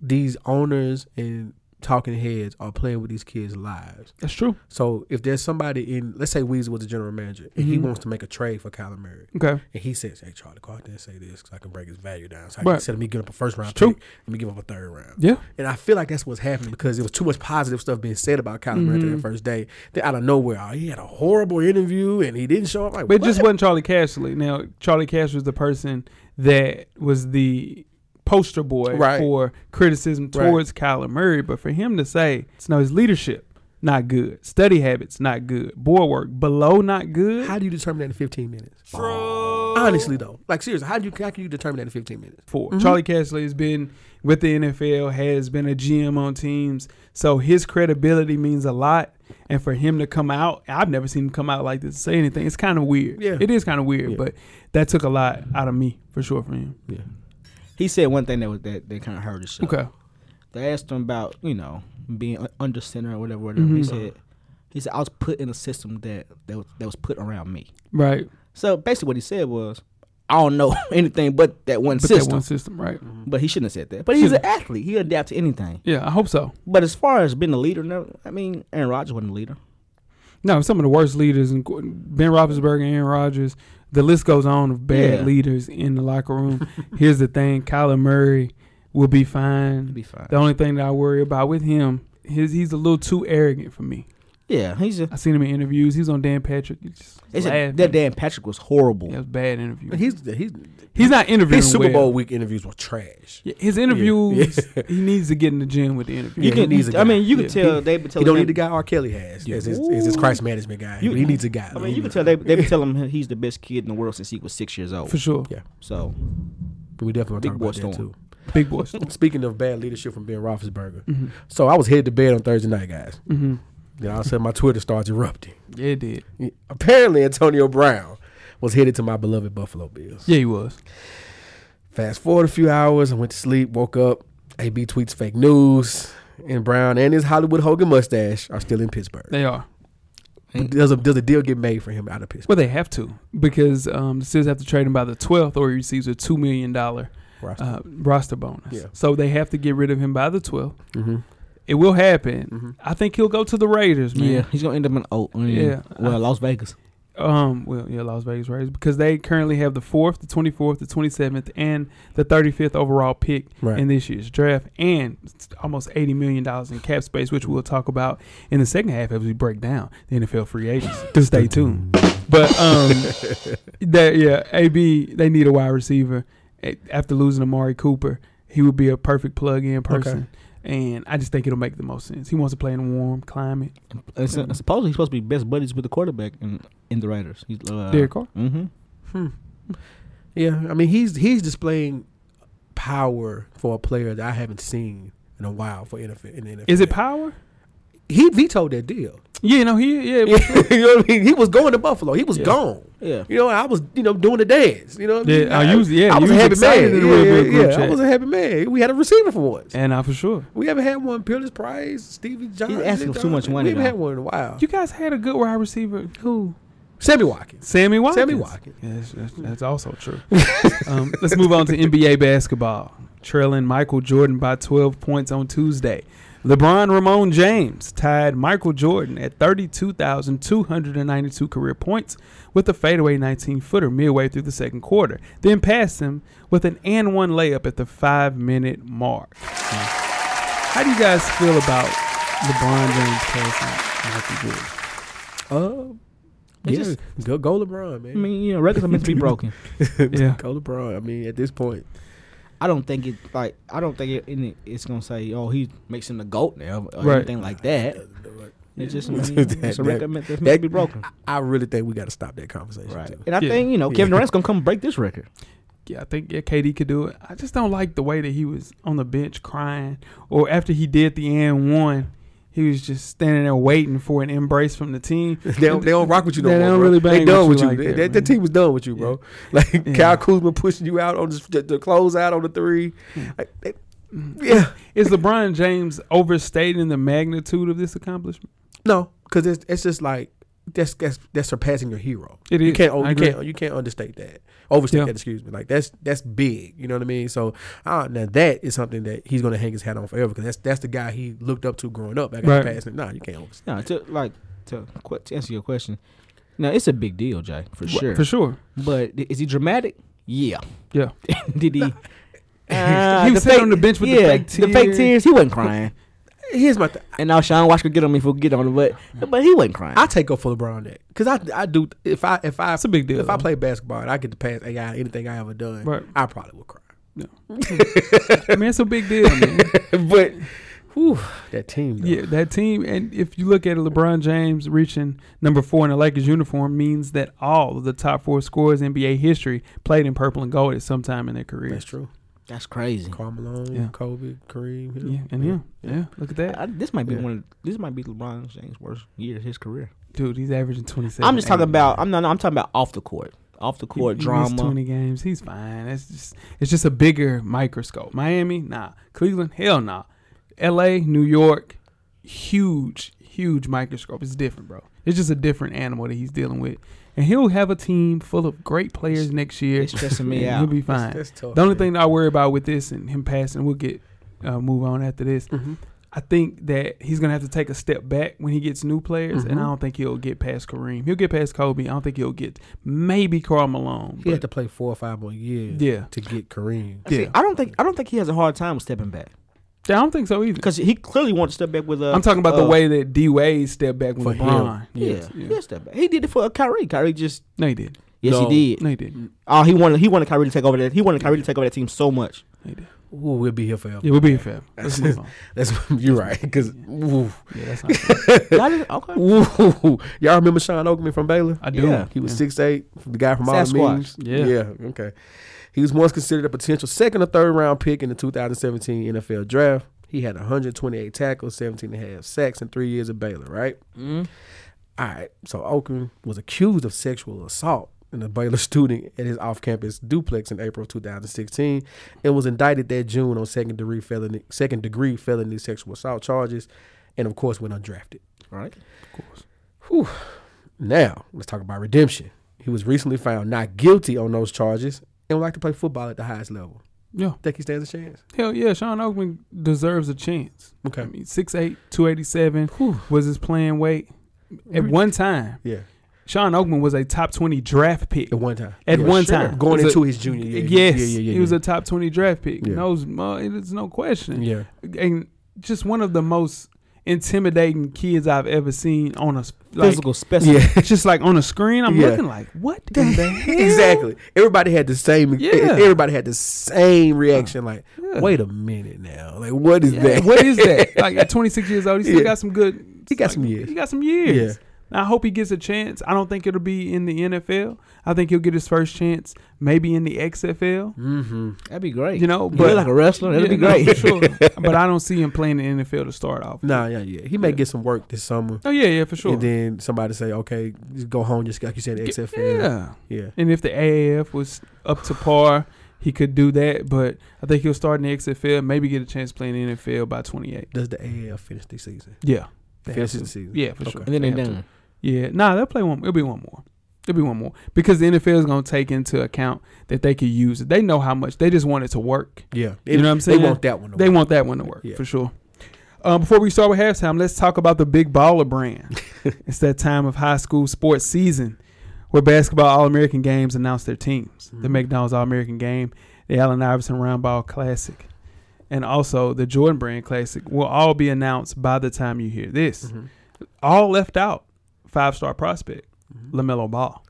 these owners and talking heads are playing with these kids' lives. That's true. So if there's somebody in, let's say Weezy was the general manager, and he Mhm. wants to make a trade for Kyler Murray, Okay. and he says, "Hey, Charlie, go out there and say this, because I can break his value down." So I Right. can, instead of me giving up a first round True. pick, let me give up a third round. Yeah. And I feel like that's what's happening because there was too much positive stuff being said about Kyler Murray Mm-hmm. after that first day. Then out of nowhere, oh, he had a horrible interview and he didn't show up. Like, But it what? just wasn't Charlie Cashley. Now, Charlie Cash was the person that was the poster boy Right. for criticism Right. towards Kyler Murray. But for him to say, no, his leadership, not good. Study habits, not good. Board work, below, not good. How do you determine that in 15 minutes? Honestly, though. Like, seriously, how, do you, how can you determine that in 15 minutes? for. Charlie Cashley has been with the NFL, has been a GM on teams, so his credibility means a lot. And for him to come out, I've never seen him come out like this, say anything. It's kind of weird. Yeah. it is kind of weird, Yeah. but that took a lot out of me for sure from him. Yeah. He said one thing that was that they kind of heard us. Okay, They asked him about you know being un- under center or whatever. whatever. He Mhm. said he said I was put in a system that that was, that was put around me. right. So basically, what he said was. I don't know anything but that one But system. that one system, right? But he shouldn't have said that. But he's an Shouldn't. athlete. He adapt to anything. Yeah, I hope so. But as far as being a leader, no, I mean, Aaron Rodgers wasn't a leader. No, some of the worst leaders, and Ben Roethlisberger, Aaron Rodgers, the list goes on of bad Yeah. leaders in the locker room. Here's the thing: Kyler Murray will be fine. He'd be fine. The only thing that I worry about with him his he's a little too arrogant for me. Yeah, he's a, I seen him in interviews. He was on Dan Patrick. He just it's a laughed. that Dan Patrick was horrible. Yeah, it was bad interview. He's, He's he's not interviewing. his Super well. Bowl week interviews were trash. Yeah, his interviews. He needs to get in the gym with the interview. You You Yeah, can, he needs a I guy. mean, you can Yeah. tell they been He telling don't him- need the guy R. Kelly has Yeah. as his, as his crisis management guy. You- but he needs a guy. I mean, you can tell they they been telling him he's the best kid in the world since he was six years old. for sure. Yeah. So But we definitely Big want to boy talk about that storm. too. Big Mm-hmm. boy. Storm. Speaking of bad leadership from Ben Roethlisberger, so I was headed to bed on Thursday night, guys. hmm Then all of a sudden, my Twitter starts erupting. Yeah, it did. Apparently, Antonio Brown was headed to my beloved Buffalo Bills. Yeah, he was. Fast forward a few hours, I went to sleep, woke up. AB tweets fake news, and Brown and his Hollywood Hogan mustache are still in Pittsburgh. They are. But does a does a deal get made for him out of Pittsburgh? Well, they have to because um, the Steelers have to trade him by the twelfth, or he receives a two million dollar Roster. uh, roster bonus. Yeah. So they have to get rid of him by the twelfth. Mhm. It will happen. Mhm. I think he'll go to the Raiders, man. yeah, he's gonna end up in oh Yeah. yeah, well Las Vegas. Um, well, yeah, Las Vegas Raiders because they currently have the fourth, the twenty fourth, the twenty seventh, and the thirty fifth overall pick Right. in this year's draft, and it's almost eighty million dollars in cap space, which we'll talk about in the second half as we break down the NFL free agents. Stay tuned. But um, that yeah, AB they need a wide receiver A- after losing Amari Cooper. He would be a perfect plug-in person, and I just think it'll make the most sense. He wants to play in a warm climate. And so- and supposedly he's supposed to be best buddies with the quarterback in, in the Raiders. He's uh, Derek Carr. Mm-hmm. Hmm. Yeah, I mean he's he's displaying power for a player that I haven't seen in a while for NFL. In the NFL. Is it power? He vetoed that deal. Yeah, no, he yeah. you know what I mean? He was going to Buffalo. He was Yeah. gone. Yeah. You know, I was you know doing the dance. You know, what I mean? Yeah, I used- yeah, I you was a was happy excited man. in the Yeah, Red Bull yeah, group yeah, I chat. was a happy man. We had a receiver for once. And I for sure. We haven't had one. Pierce Price, Stevie Johnson. asking for too much money, We haven't had though. one in a while. You guys had a good wide receiver. Who? Sammy Watkins. Sammy Watkins. Sammy Watkins. Mm-hmm. Yeah, that's, that's, that's also true. um, let's move on to NBA basketball. Trailing Michael Jordan by 12 points on Tuesday. LeBron Ramon James tied Michael Jordan at 32,292 career points with a fadeaway 19 footer midway through the second quarter, then passed him with an and one layup at the five minute mark. How do you guys feel about LeBron James passing Michael Jordan? Uh, It's yeah, just- go, go LeBron, man. I mean, you know, records are meant to be broken. Yeah. Go LeBron. I mean, at this point, I don't think it like I don't think it, in it it's gonna say oh he makes him the goat now or Right. anything like that. It's just I mean, it's That- a record meant, that's that- meant to be broken. I really think we got to stop that conversation. Right. too. And I Yeah. think you know Yeah. Kevin Durant's gonna come break this record. yeah, I think yeah, KD could do it. I just don't like the way that he was on the bench crying, or after he did the and one, he was just standing there waiting for an embrace from the team. They don't, they don't rock with you no They more. don't bro. really they bang with done with you you. like that, that, that, man. team was done with you, bro. Like Yeah. Kyle Kuzma pushing you out on the, the close out on the three. Hmm. Like, they- yeah, Is LeBron James overstating the magnitude of this accomplishment? no, because it's it's just like that's that's that's surpassing your hero. It You is. can't I you agree. can't you can't understate that. Overstate Yeah. that. Excuse me. Like that's that's big. You know what I mean. So uh, now that is something that he's gonna hang his hat on forever because that's that's the guy he looked up to growing up. Back Right. right. passing. Nah, you can't overstate. No, to like to qu- to answer your question, now it's a big deal, Jay, for sure. For sure. But i- is he dramatic? Yeah. Yeah. Did he? Uh, He was sitting on the bench with the fake The fake tears. tears. He wasn't crying. Here's my thing. and now Sean Watch could get on me if we get on him, but but he wasn't crying. I take up for LeBron that because I I do if I if I That's a big deal. If I though. play basketball and I get to pass AI anything I ever done, Right. I probably would cry. I mean, it's a big deal, man. but whew, that team, though. Yeah, that team, and if you look at it, LeBron James reaching number four in the Lakers uniform means that all of the top four scorers in NBA history played in purple and gold at some time in their career. that's true. That's crazy. Karl Malone, Yeah. Kobe, Kareem, Hill. Yeah, and him. Yeah, look at that. I, this might be Yeah. one. Of, this might be LeBron James' worst year of his career. Dude, he's averaging 27. I'm just talking eight. about. I'm not. no, I'm talking about off the court. Off the He- court he missed drama. 20 games. He's fine. It's just it's just a bigger microscope. Miami, nah. Cleveland, hell nah. LA, New York, huge, huge microscope. It's different, bro. It's just a different animal that he's dealing with. And he'll have a team full of great players next year. It's stressing me and out. He'll be fine. That's tough. The only thing that I worry about with this and him passing, we'll get uh, move on after this. hmm I think that he's gonna have to take a step back when he gets new players, and I Mm-hmm. Mhm. don't think he'll get past Kareem. He'll get past Kobe. I don't think he'll get maybe Carl Malone. he but- had to play four or five more years yeah, to get Kareem. yeah. See, I don't think. I don't think he has a hard time stepping back. I don't think so either. because he clearly wanted to step back with. Uh, I'm talking about the uh, way that D Wade stepped back with For him. LeBron. Yeah, Yes, yeah, step back. He did it for Kyrie. Kyrie just No, he did. yes, No. he did. No, he did. Oh, he wanted he wanted Kyrie to take over that. He wanted Kyrie to take over that team so much. No, he did. Ooh, we'll be here forever. Yeah, we'll be here forever. Let's move on. That's you're right. Because Yeah, that's not. Y'all didn't- okay. y'all remember Sean Oakman from Baylor? I do. Yeah, He was six eight, the guy from all the Sasquatch. memes. Yeah. yeah, okay. He was once considered a potential second or third round pick in the 2017 NFL draft. He had 128 tackles, 17 and a half sacks, and three years at Baylor. Right. Mm-hmm. All right. So Oakman was accused of sexual assault in a Baylor student at his off-campus duplex in April 2016, and was indicted that June on second degree felony, second degree felony sexual assault charges, and of course went undrafted. Right. Now, let's talk about redemption. He was recently found not guilty on those charges and would like to play football at the highest level. Yeah. Think he stands a chance? Hell yeah, Sean Oakman deserves a chance. Okay. I mean, 6'8", 287 was his playing weight. At one time, Yeah. Sean Oakman was a top 20 draft pick. At one time. At Yeah, one sure. time. Going It was into a- his junior year. yes, Yeah, yeah, yeah. he was yeah. a top 20 draft pick. Yeah. No, it's no question. Yeah. And just one of the most intimidating kids I've ever seen on a... s- Like, Physical specimen. Yeah. it's just like on a screen, I'm Yeah. looking like, what the hell? exactly. Everybody had the same e-, Yeah. Uh, everybody had the same reaction like, Yeah. "Wait a minute now. Like what is Yeah, that?" what is that? Like at 26 years old, he still Yeah. got some good. He got like, some years. He got some years. And I hope he gets a chance. I don't think it'll be in the NFL. I think he'll get his first chance maybe in the XFL. Mhm. That'd be great. You know, You but look like a wrestler. That'd Yeah, be great. no, for sure. but I don't see him playing in the NFL to start off. Nah, yeah, yeah. He may Yeah. get some work this summer. Oh yeah, yeah, for sure. And then somebody say, "Okay, just go home just like you said Get- XFL." Yeah. Yeah. And if the AAF was up to par, he could do that. But I think he'll start in the XFL, maybe get a chance playing in the NFL by 28. Does the AAF finish the season? Yeah. They have Finish to. the season. Yeah, for Okay. sure. And then They they have to. done. Yeah, nah, they'll play one. It'll be one more. It'll be one more because the NFL is gonna take into account that they could use it. They know how much they just want it to work. Yeah. You know what I'm saying? They want that one. to They win. want that one to work Yeah. for sure. Um, before we start with halftime, let's talk about the Big Baller brand. it's that time of high school sports season where basketball All American games announce their teams. The Mhm. McDonald's All American game, the Allen Iverson Round Ball Classic, and also the Jordan Brand Classic will all be announced by the time you hear this. Mhm. All left out five star prospect, Mhm. LaMelo Ball.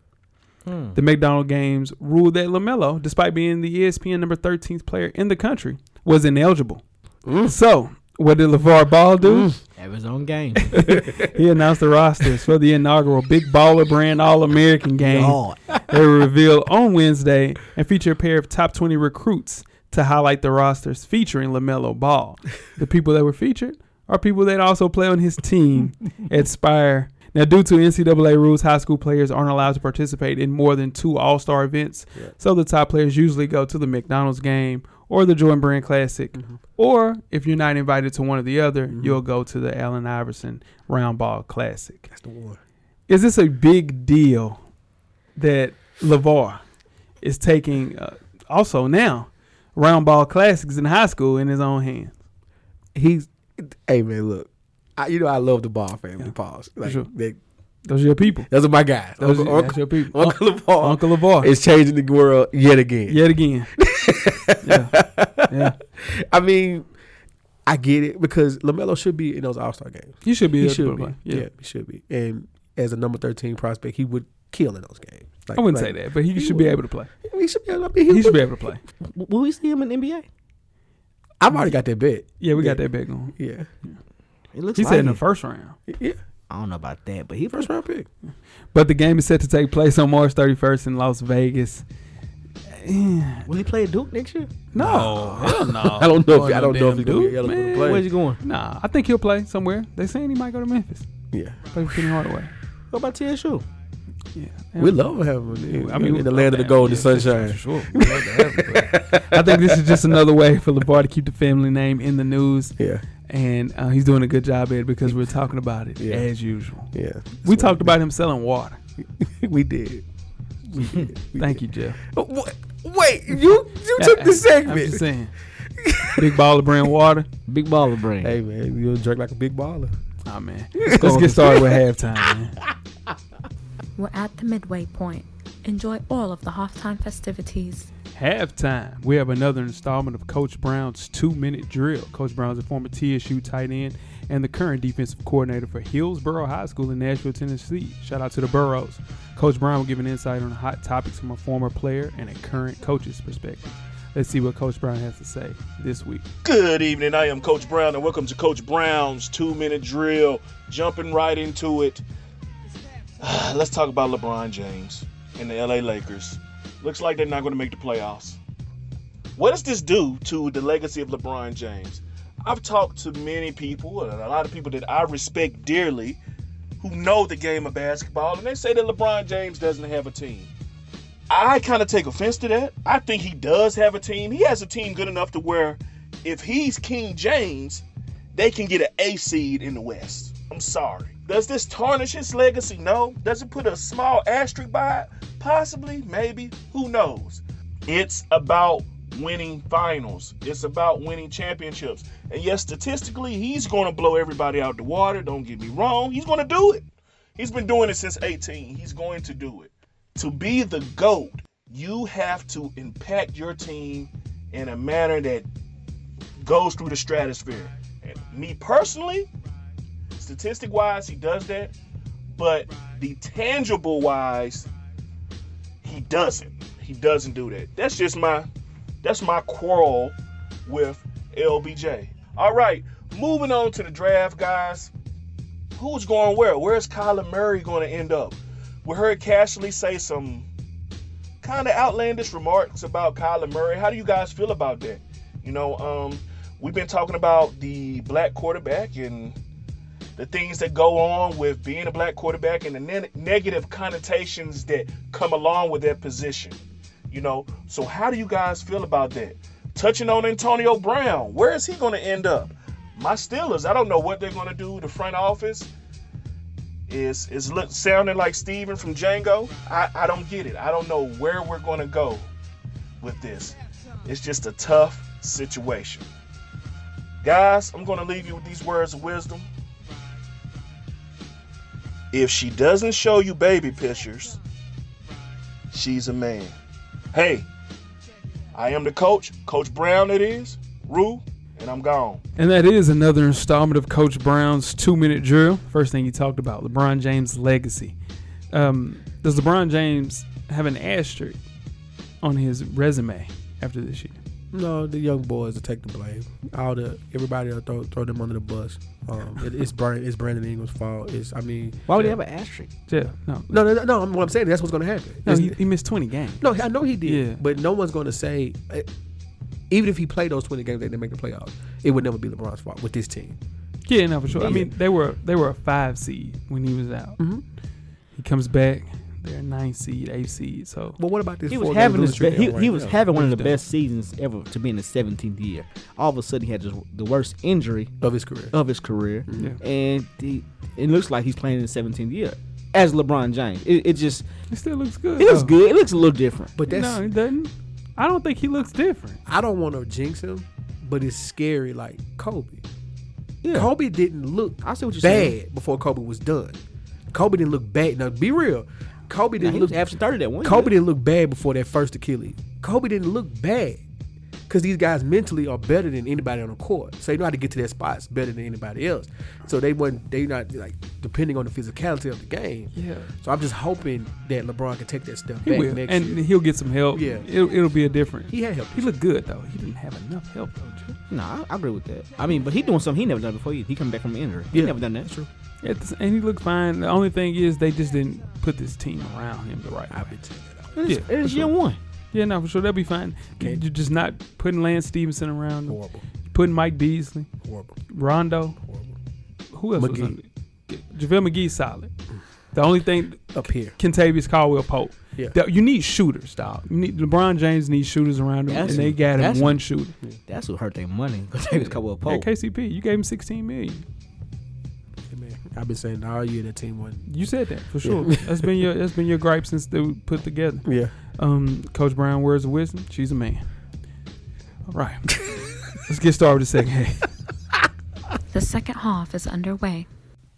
Mm. The McDonald games ruled that LaMelo, despite being the E ESPN number 13th player in the country, was ineligible. Mm. So, what did LeVar Ball do? Have his own Hmm. game. He announced the rosters for the inaugural Big Baller Brand All American game. God. They were revealed on Wednesday and feature a pair of top 20 recruits to highlight the rosters featuring LaMelo Ball. The people that were featured are people that also play on his team at Spire. Now, due to NCAA rules, high school players aren't allowed to participate in more than two All Star events. Yeah. So the top players usually go to the McDonald's game or the Jordan Brand Classic. Mhm. Or if you're not invited to one or the other, Mhm. you'll go to the Allen Iverson Round Ball Classic That's the one. is this a big deal that LeVar is taking uh, also now round ball classics in high school in his own hands? He's, hey man, look, I, you know I love the Ball family. Yeah. Pause. Like sure. they, Those are your people. those are my guys. Those Uncle, are that's Uncle, your people. Uncle, Uncle Ball Uncle LeVar is changing the world yet again. yet again. yeah. yeah, I mean, I get it because Lamelo should be in those All Star games. you should be. he able to should be. play. Yeah. Yeah. he should be. And as a number thirteen prospect, he would kill in those games. Like, I wouldn't like, say that, but he, he should would. be able to play. He should be. I mean, he He should would- be able to play. W- Will we see him in the NBA? I've already got that bet. Yeah, we got that bet going. Yeah, It looks He like said in the it. first round. yeah. I don't know about that, but he First round pick. But the game is set to take place on March 31st in Las Vegas. will he play at Duke next year? No, hell no. I don't know. Going If, I to don't know if damn he's gonna Duke, be eligible to man. play. Where's he going? Nah, I think he'll play somewhere. They saying he might go to Memphis. Yeah. Play with Penny Hardaway. What about TSU? Yeah. We love having him in, in we the land love of the to gold and have him. Yeah, sunshine. for sure. We love to have him, but I think this is just another way for LeVar to keep the family name in the news, Yeah, and uh, he's doing a good job at it because we're talking about it Yeah. as usual. yeah. We talked about him selling water. we did. We did. We Thank did. you, Jeff. Oh, wha- Wait, you you took the I'm just segment. saying. Big baller brand water. Big baller brain. Hey man, you drink like a big baller. Oh man. Let's get started with halftime, man. We're at the midway point. Enjoy all of the halftime festivities Halftime, we have another installment of Coach Brown's two minute drill. Coach Brown's a former TSU tight end and the current defensive coordinator for Hillsboro High School in Nashville, Tennessee. Shout out to the Burrows. Coach Brown will give an insight on hot topics from a former player and a current coach's perspective. Let's see what Coach Brown has to say this week. Good evening. I am Coach Brown, and welcome to Coach Brown's two minute drill. Jumping right into it. Let's talk about LeBron James and the LA Lakers. Looks like they're not going to make the playoffs. What does this do to the legacy of LeBron James? I've talked to many people, and a lot of people that I respect dearly, who know the game of basketball, and they say that LeBron James doesn't have a team. I kind of take offense to that. I think he does have a team. He has a team good enough to where if he's King James, they can get an A seed in the West. I'm sorry. Does this tarnish his legacy? No. Does it put a small asterisk by it? Possibly, maybe. Who knows? It's about winning finals. It's about winning championships. And yes, statistically, he's going to blow everybody out the water. Don't get me wrong. He's going to do it. He's been doing it since 18. He's going to do it. To be the GOAT, you have to impact your team in a manner that goes through the stratosphere. And me personally, statistic wise, he does that, but the tangible wise, he doesn't. He doesn't do that. That's just my that's my quarrel with LBJ. All right, moving on to the draft, guys. Who's going where? Where's Kyler Murray going to end up? We heard Cashley say some kind of outlandish remarks about Kyler Murray. How do you guys feel about that? You know, um, we've been talking about the black quarterback and the things that go on with being a black quarterback and the ne- negative connotations that come along with that position. You know, so how do you guys feel about that? Touching on Antonio Brown, where is he going to end up? My Steelers, I don't know what they're going to do. The front office is is look, sounding like Steven from Django. I, I don't get it. I don't know where we're going to go with this. It's just a tough situation. Guys, I'm going to leave you with these words of wisdom. If she doesn't show you baby pictures, she's a man. Hey, I am the coach, Coach Brown it is, Rue, and I'm gone. And that is another installment of Coach Brown's two minute drill. First thing he talked about LeBron James' legacy. Um, does LeBron James have an asterisk on his resume after this year? No, the young boys to take the blame. All the everybody will throw, throw them under the bus. Um, it, it's Brandon, it's Brandon Ingram's fault. It's I mean, Why would he have an asterisk? Yeah, no. no, no, no. no I'm, what I'm saying that's what's gonna happen. No, It's- he, he missed 20 games. No, I know he did, Yeah. but no one's going to say. eh, Even if he played those twenty games, they didn't make the playoffs. It would never be LeBron's fault with this team. Yeah, Mm-hmm. no, for sure. I Yeah. mean, they were they were a five seed when he was out. Mhm. He comes back, they're a nine seed, eight seed. So But what about this? He was four-game having his losing streak be- he, they on he right was now? having one of the He's best seasons ever to be in the 17th year. All of a sudden, he had just the worst injury of his career. of his career, Mm-hmm. yeah, and he, it looks like he's playing in the 17th year as LeBron James. It, it just it still looks good. it looks though. good. It looks a little different. But that's No, he doesn't. I don't think he looks different. I don't want to jinx him, but it's scary. Like Kobe, Yeah. Kobe didn't look I see what you're bad saying. before Kobe was done. Kobe didn't look bad. Now be real, Kobe Now, didn't he look was averaging 30 that one. Kobe year. didn't look bad before that first Achilles. Kobe didn't look bad because these guys mentally are better than anybody on the court, so they know how to get to their spots better than anybody else. So they wasn't they not like depending on the physicality of the game. Yeah, So I'm just hoping that LeBron can take that step he back will, next and year. he'll get some help. Yeah. it'll, it'll be a different. He had help. He looked good though. He didn't have enough help though. Joe. Nah, I, I agree with that. I mean, but he doing something he never done before. He, he coming back from an injury. He Yeah. never done that. True. At the s- and he looked fine. The only thing is they just didn't put this team around him the right way. It's, Yeah, it's year one. Yeah, no, for sure they'll be fine. Okay. You're just not putting Lance Stevenson around, him, Horrible, putting Mike Beasley, horrible, Rondo. horrible. Who else was McGee. under? JaVale McGee solid. The only thing, Up here, Kentavious Caldwell Pope. Yeah. That- You need shooters, dog. You need LeBron James needs shooters around him, That's and they it. got him That's one it. shooter. That's what hurt their money. Davis Caldwell Yeah, Pope. KCP, you gave him sixteen million. Hey, man. I've been saying all year that team wasn't. You said that for sure. that's been your that's been your gripe since they were put together. Yeah, Um, Coach Brown, words of wisdom. She's a man. All right, let's get started with the second half. The second half is underway.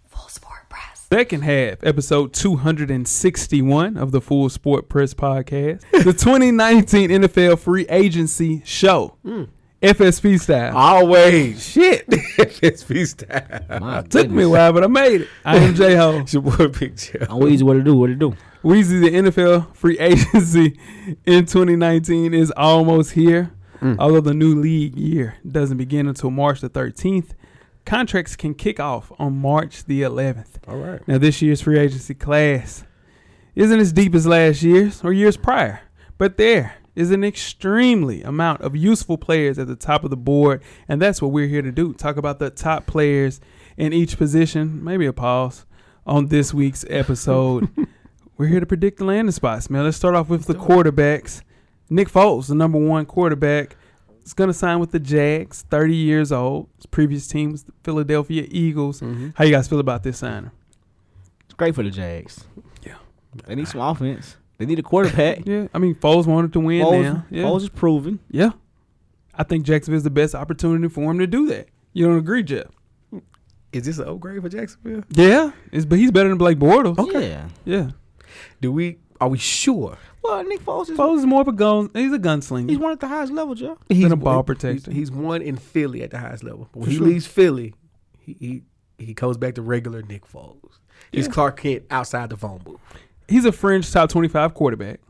Full Sport Press. Second half, episode 261 of the Full Sport Press Podcast, the 2019 NFL Free Agency Show, FSP style. Mm. Always. Shit. it's feast time. My Took me a while, but I made it. I am J Ho. It's your boy Big Joe. Always what it do, what it do. Weezy, the NFL free agency in 2019 is almost here. Mm. Although the new league year doesn't begin until March the 13th, contracts can kick off on March the 11th. All right. Now, this year's free agency class isn't as deep as last year's or years prior, but there is an extremely amount of useful players at the top of the board, and that's what we're here to do talk about the top players in each position. Maybe a pause on this week's episode. we're here to predict the landing spots, man. Let's start off with the quarterbacks. Nick Foles, the number one quarterback, is going to sign with the Jags, 30 years old. His previous team was the Philadelphia Eagles. How you guys feel about this signing? It's great for the Jags. Yeah. They need some offense. They need a quarterback. Yeah, I mean, Foles wanted to win now. Foles, Yeah. Foles is proven. yeah. I think Jacksonville's the best opportunity for him to do that. You don't agree, Jeff? Is this an upgrade for Jacksonville? Yeah. It's, but he's better than Blake Bortles. Yeah. Yeah. Do we? Are we sure? Well, Nick Foles is Foles is more of a gun. He's a gunslinger. he's one at the highest level, Joe. He's been a one- ball he's- protector. He's, one in Philly at the highest level. But when For he sure. leaves Philly, he, he he goes back to regular Nick Foles. He's Clark Kent outside the phone booth. he's a fringe top twenty-five quarterback.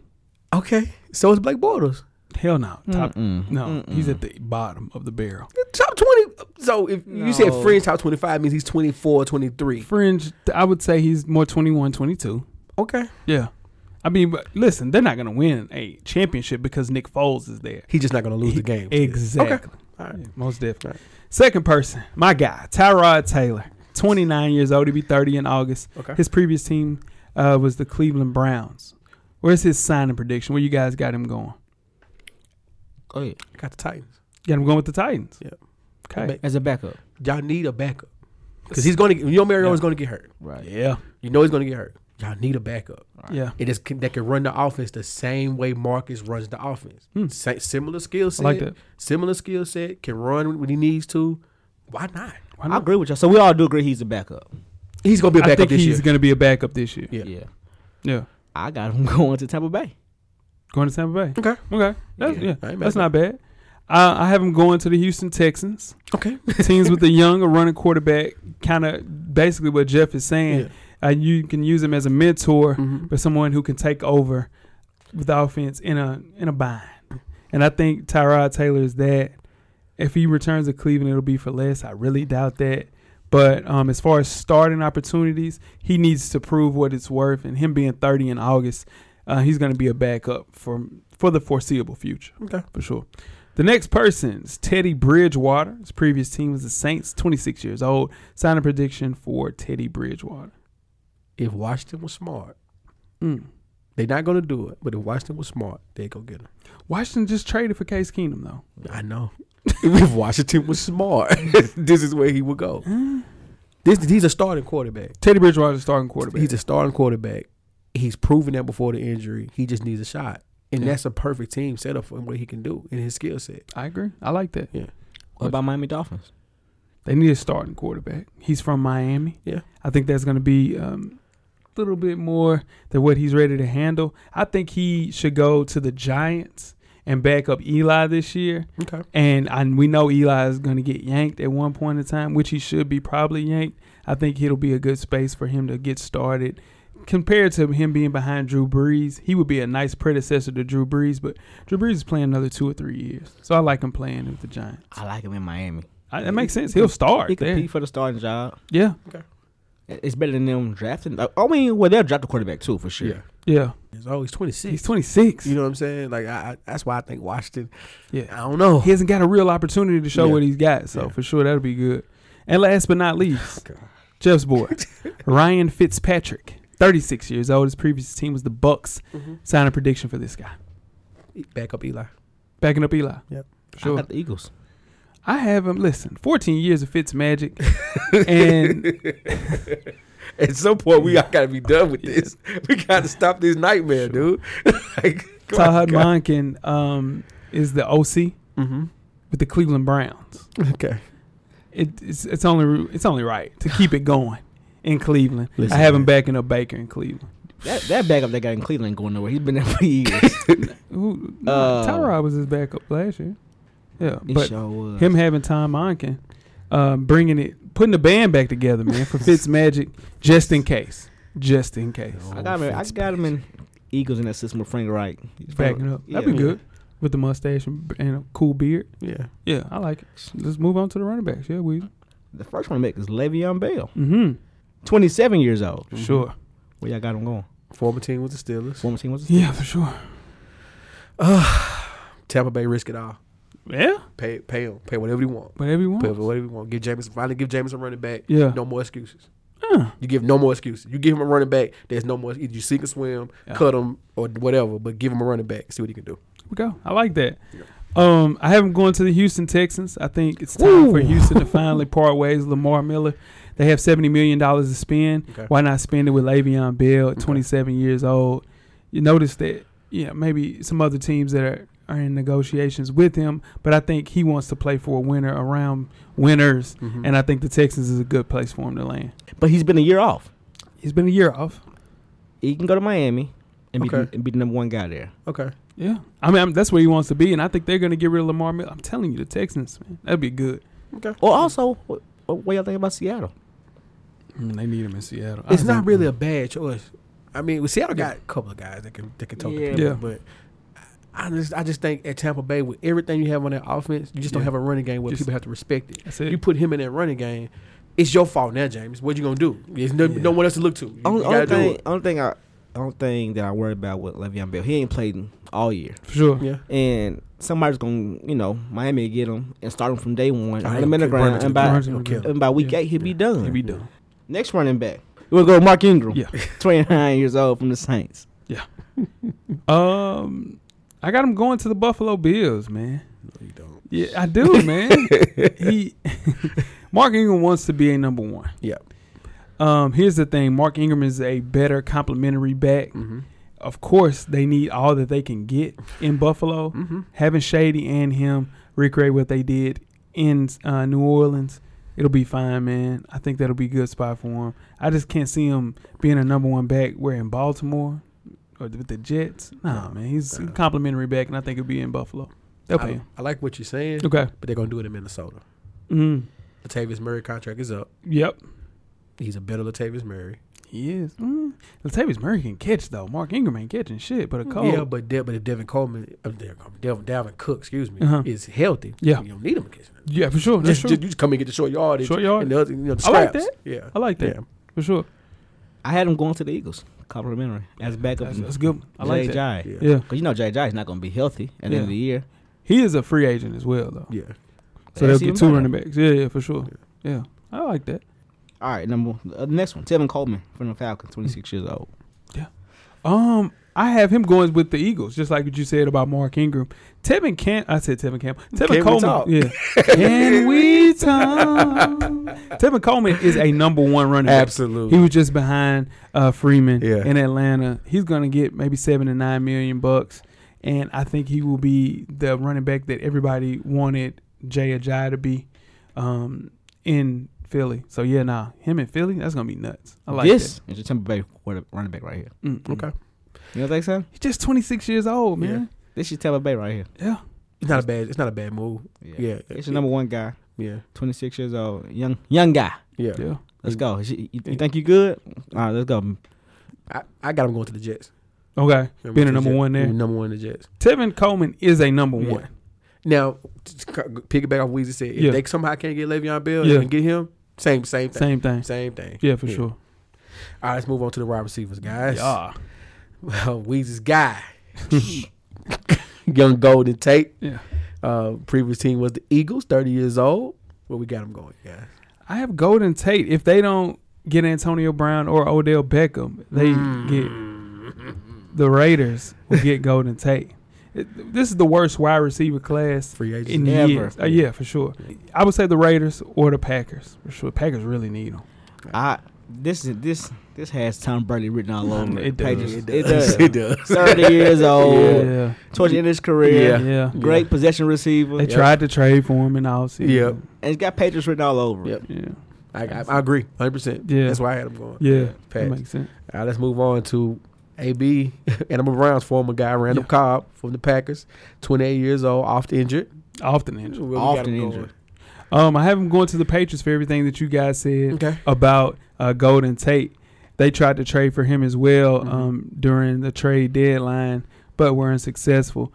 Okay, so it's Blake Bortles. Hell no, top no. He's at the bottom of the barrel. Top 20. So if you said No. Fringe top 25 means he's 24, 23. Fringe. I would say he's more 21, 22. Okay. Yeah. I mean, but listen, they're not gonna win a championship because Nick Foles is there. He's just not going to lose the game. Exactly. All right. Yeah, most definitely. All right. Second person, my guy, Tyrod Taylor, 29 years old. He'll be 30 in August. Okay. His previous team uh, was the Cleveland Browns. Where's his signing prediction? Where you guys got him going? Oh yeah. I got the Titans. Got him going with the Titans. Yep. Okay. As a backup. Y'all need a backup. Because he's going to, you know, Mariota's going to get hurt. Right. Yeah. You know he's going to get hurt. Y'all need a backup. Yeah. It is that can run the offense the same way Marcus runs the offense. Sa- similar skill set. like that. Similar skill set. Can run when he needs to. Why not? I agree with y'all. So we all do agree he's a backup. He's going to be a I backup think this he's year. going to be a backup this year. Yeah. yeah. Yeah. I got him going to Tampa Bay. Going to Tampa Bay. Okay. Okay. That's, Yeah. yeah. I ain't That's mad not bad. I, I have him going to the Houston Texans. Okay. teams with a younger running quarterback, kind of basically what Jeff is saying. Uh, you can use him as a mentor, mm-hmm. but someone who can take over with the offense in a in a bind. And I think Tyrod Taylor is that. If he returns to Cleveland, it'll be for less. I really doubt that. But um, as far as starting opportunities, he needs to prove what it's worth. And him being 30 in August, uh, he's going to be a backup for for the foreseeable future okay. for sure. The next person is Teddy Bridgewater. His previous team was the Saints, 26 years old. Sign a prediction for Teddy Bridgewater. If Washington was smart, Hmm. Mm. they're not going to do it. But if Washington was smart, they'd go get him. Washington just traded for Case Keenum, though. I know. if Washington was smart, this is where he would go. This he's a starting quarterback. Teddy Bridgewater's a starting quarterback. He's a starting quarterback. He's proven that before the injury. He just needs a shot. And Yeah. that's a perfect team setup for him what he can do in his skill set. I agree. I like that. What about Miami Dolphins? They need a starting quarterback. He's from Miami. Yeah. I think that's going to be um, a little bit more than what he's ready to handle. I think he should go to the Giants and back up Eli this year. Okay. And I, we know Eli is going to get yanked at one point in time, which he should be probably yanked. I think it'll be a good space for him to get started. Compared to him being behind Drew Brees, he would be a nice predecessor to Drew Brees, but Drew Brees is playing another two or three years. So I like him playing with the Giants. I like him in Miami. I, that makes sense. He'll start. He there. compete for the starting job. Yeah. It- It's better than them drafting. I I mean, well, they'll draft the quarterback too for sure. Yeah. Yeah. He's always twenty He's six. 26. You know what I'm saying? Like I, I that's why I think Washington I yeah. don't know. He hasn't got a real opportunity to show Yeah. what he's got. So Yeah. Oh, for sure, that'll be good. And last but not least, God. Jeff's boy, Ryan Fitzpatrick, 36 years old. His previous team was the Bucks. Mm-hmm. Sign a prediction for this guy. Back up Eli. Backing up Eli. Yep. For I sure. got the Eagles. I have him, listen, 14 years of Fitz magic. and At some point we all gotta be done with this. We gotta stop this nightmare, dude. like Todd Monken um, is the OC mm-hmm. with the Cleveland Browns. Okay. It, it's, it's only it's only right to keep it going. in Cleveland. Listen, I have him man. backing up Baker in Cleveland. That, that backup they got in Cleveland ain't going nowhere. He's been there for years. Who, Uh, Tyrod was his backup last year. Yeah, he but sure was. him having Tom Monken, uh, bringing it, putting the band back together, man, for Fitz Magic, just in case, just in case, I got him. I got him in Eagles in that system with Frank Wright. He's backing up. That'd be good with the mustache and, and a cool beard. Yeah. Yeah, I like it. Let's move on to the running backs. Yeah, we. The first one to make is Le'Veon Bell, Mm-hmm. 27 years old. Sure. Where y'all got him going? Former team with the Steelers. Former team was the Yeah, for sure. Tampa Bay risk it all. Yeah, Pay pay him. Pay whatever you want. but everyone. Pay whatever you want. Give Jameson finally give Jameson running back. Yeah. No more excuses. Huh. You give no more excuses. You give him a running back. There's no more. Either you seek and swim, Yeah. cut him, or whatever. But give him a running back. See what he can do. we go. I like that. Um, I haven't gone to the Houston Texans. I think it's time for Houston to finally part ways. Lamar Miller, they have seventy million dollars to spend. Okay. Why not spend it with Le'Veon Bell at twenty-seven years old? You notice that, yeah, maybe some other teams that are, are in negotiations with him, but I think he wants to play for a winner around winners, and I think the Texans is a good place for him to land. But he's been a year off. He's been a year off. He can go to Miami and be, Okay. and be the number one guy there. Okay. Yeah, I mean I'm, that's where he wants to be, and I think they're going to get rid of Lamar Miller. I'm telling you, the Texans, man, that'd be good. Or also, what, what y'all think about Seattle? Mm, they need him in Seattle. It's I not think- really a bad choice. I mean, well, Seattle got a couple of guys that can that can talk Yeah. to people, Yeah. but I just I just think at Tampa Bay with everything you have on that offense, you just don't Yeah. have a running game where Just- people have to respect it. That's it. You put him in that running game, it's your fault now, James. What you gonna do? There's no, Yeah. no one else to look to. You, Only, you only gotta do thing, it. only thing I, only thing that I worry about with Le'Veon Bell, he ain't played all year, for sure. Yeah. and somebody's gonna, you know, Miami get him and start him from day one, I run him in the ain't running ground, to and the by ground. It'll kill him. and by week Yeah. eight he'll be done. He be done. Next running back, we'll go Mark Ingram, Yeah. 29 years old from the Saints. Um, I got him going to the Buffalo Bills, man. No, you don't. Yeah, I do, man. he Mark Ingram wants to be a number one. Yeah. Um, here's the thing: Mark Ingram is a better complimentary back. Mm-hmm. Of course, they need all that they can get in Buffalo. Mm-hmm. Having Shady and him recreate what they did in uh, New Orleans, it'll be fine, man. I think that'll be a good spot for him. I just can't see him being a number one back where in Baltimore or with the Jets. Nah, man, he's a complimentary back, and I think he'll be in Buffalo. They'll pay I, him. I like what you're saying, Okay. but they're gonna do it in Minnesota. Mm. Latavius Murray contract is up. Yep. He's a better Latavius Murray. He is. Mm. Latavius Murray can catch though. Mark Ingram ain't catching shit, but a cold. Yeah, but De- but if Devin Coleman, uh, Devin, Coleman, Devin Dalvin Cook, excuse me, Uh-huh. is healthy, Yeah. you don't need him occasionally. Yeah, for sure. That's Just, true. just, you just come and get the short yardage. Short yardage. And the other, you know, the I like scraps. that. Yeah. I like that Yeah. for sure. I had him going to the Eagles, complimentary as backup. That's, that's good. I like that. Jai. Yeah. Yeah, Cause you know Jai Jai's not gonna be healthy at the end Yeah. of the year. he is a free agent as well though. Yeah. So they'll That's get even two better. running backs. Yeah, yeah, for sure. Yeah, I like that. All right, number one. Uh, the next one, Tevin Coleman from the Falcons, 26 years old. Um, I have him going with the Eagles, just like what you said about Mark Ingram. Tevin Camp, I said Tevin Camp. Tevin we Coleman, talk? yeah. Can we talk? Tevin Coleman is a number one running back. Absolutely. He was just behind uh, Freeman Yeah. in Atlanta. He's gonna get maybe seven to nine million bucks, and I think he will be the running back that everybody wanted Jay Ajay to be um, in Philly. So yeah, nah, him in Philly, that's gonna be nuts. I like this is your Tampa Bay quarter- running back right here. that. Mm, mm. Okay. You know what I'm saying? He's just twenty six years old, man. This is Tampa Bay right here. Yeah. It's not a bad. It's not a bad move. Yeah. It's your number one guy, Yeah. 26 years old, young young guy. Yeah. Yeah. yeah. Let's go. Is You, you- you think you good? All right, let's go. I, I got him going to the Jets. Okay. I'm Being a going to the number Jets. one there. Being Number one in the Jets. Tevin Coleman is a number Yeah. one. Now, just c- piggyback off what Weezy said. If Yeah. they somehow can't get Le'Veon Bell Yeah. and get him, same same thing. Same thing. Same thing. Yeah, for Yeah. sure. All right, let's move on to the wide receivers, guys. Yeah. Well, Weezy's guy, young Golden Tate. Yeah. Uh, previous team was the Eagles, thirty years old. Where we got him going, guys? I have Golden Tate. If they don't get Antonio Brown or Odell Beckham, they get the Raiders will get Golden Tate. It- this is the worst wide receiver class Free agents. in Ever. years. Uh, yeah, for sure. I would say the Raiders or the Packers. For sure, Packers really need them. I this is this this has Tom Brady written all over It the does. pages. It does. It does. 30 years old, yeah, towards the end of his career. yeah. Yeah. Great possession receiver. They tried to trade for him in all season. Yep. And he's got Patriots written all over. it. Yep. Yeah. I, I, I agree, hundred percent. Yeah. that's why I had him going. Yeah, that Pats. makes sense. All right, let's move on to AB, and I'm a Browns former guy, Randall Yeah. Cobb from the Packers, 28 years old, oft injured. Often Where injured. we got Often him going? injured. Um, I have him going to the Patriots for everything that you guys said Okay. about uh, Golden Tate. They tried to trade for him as well Mm-hmm. Mhm. um, during the trade deadline, but were unsuccessful.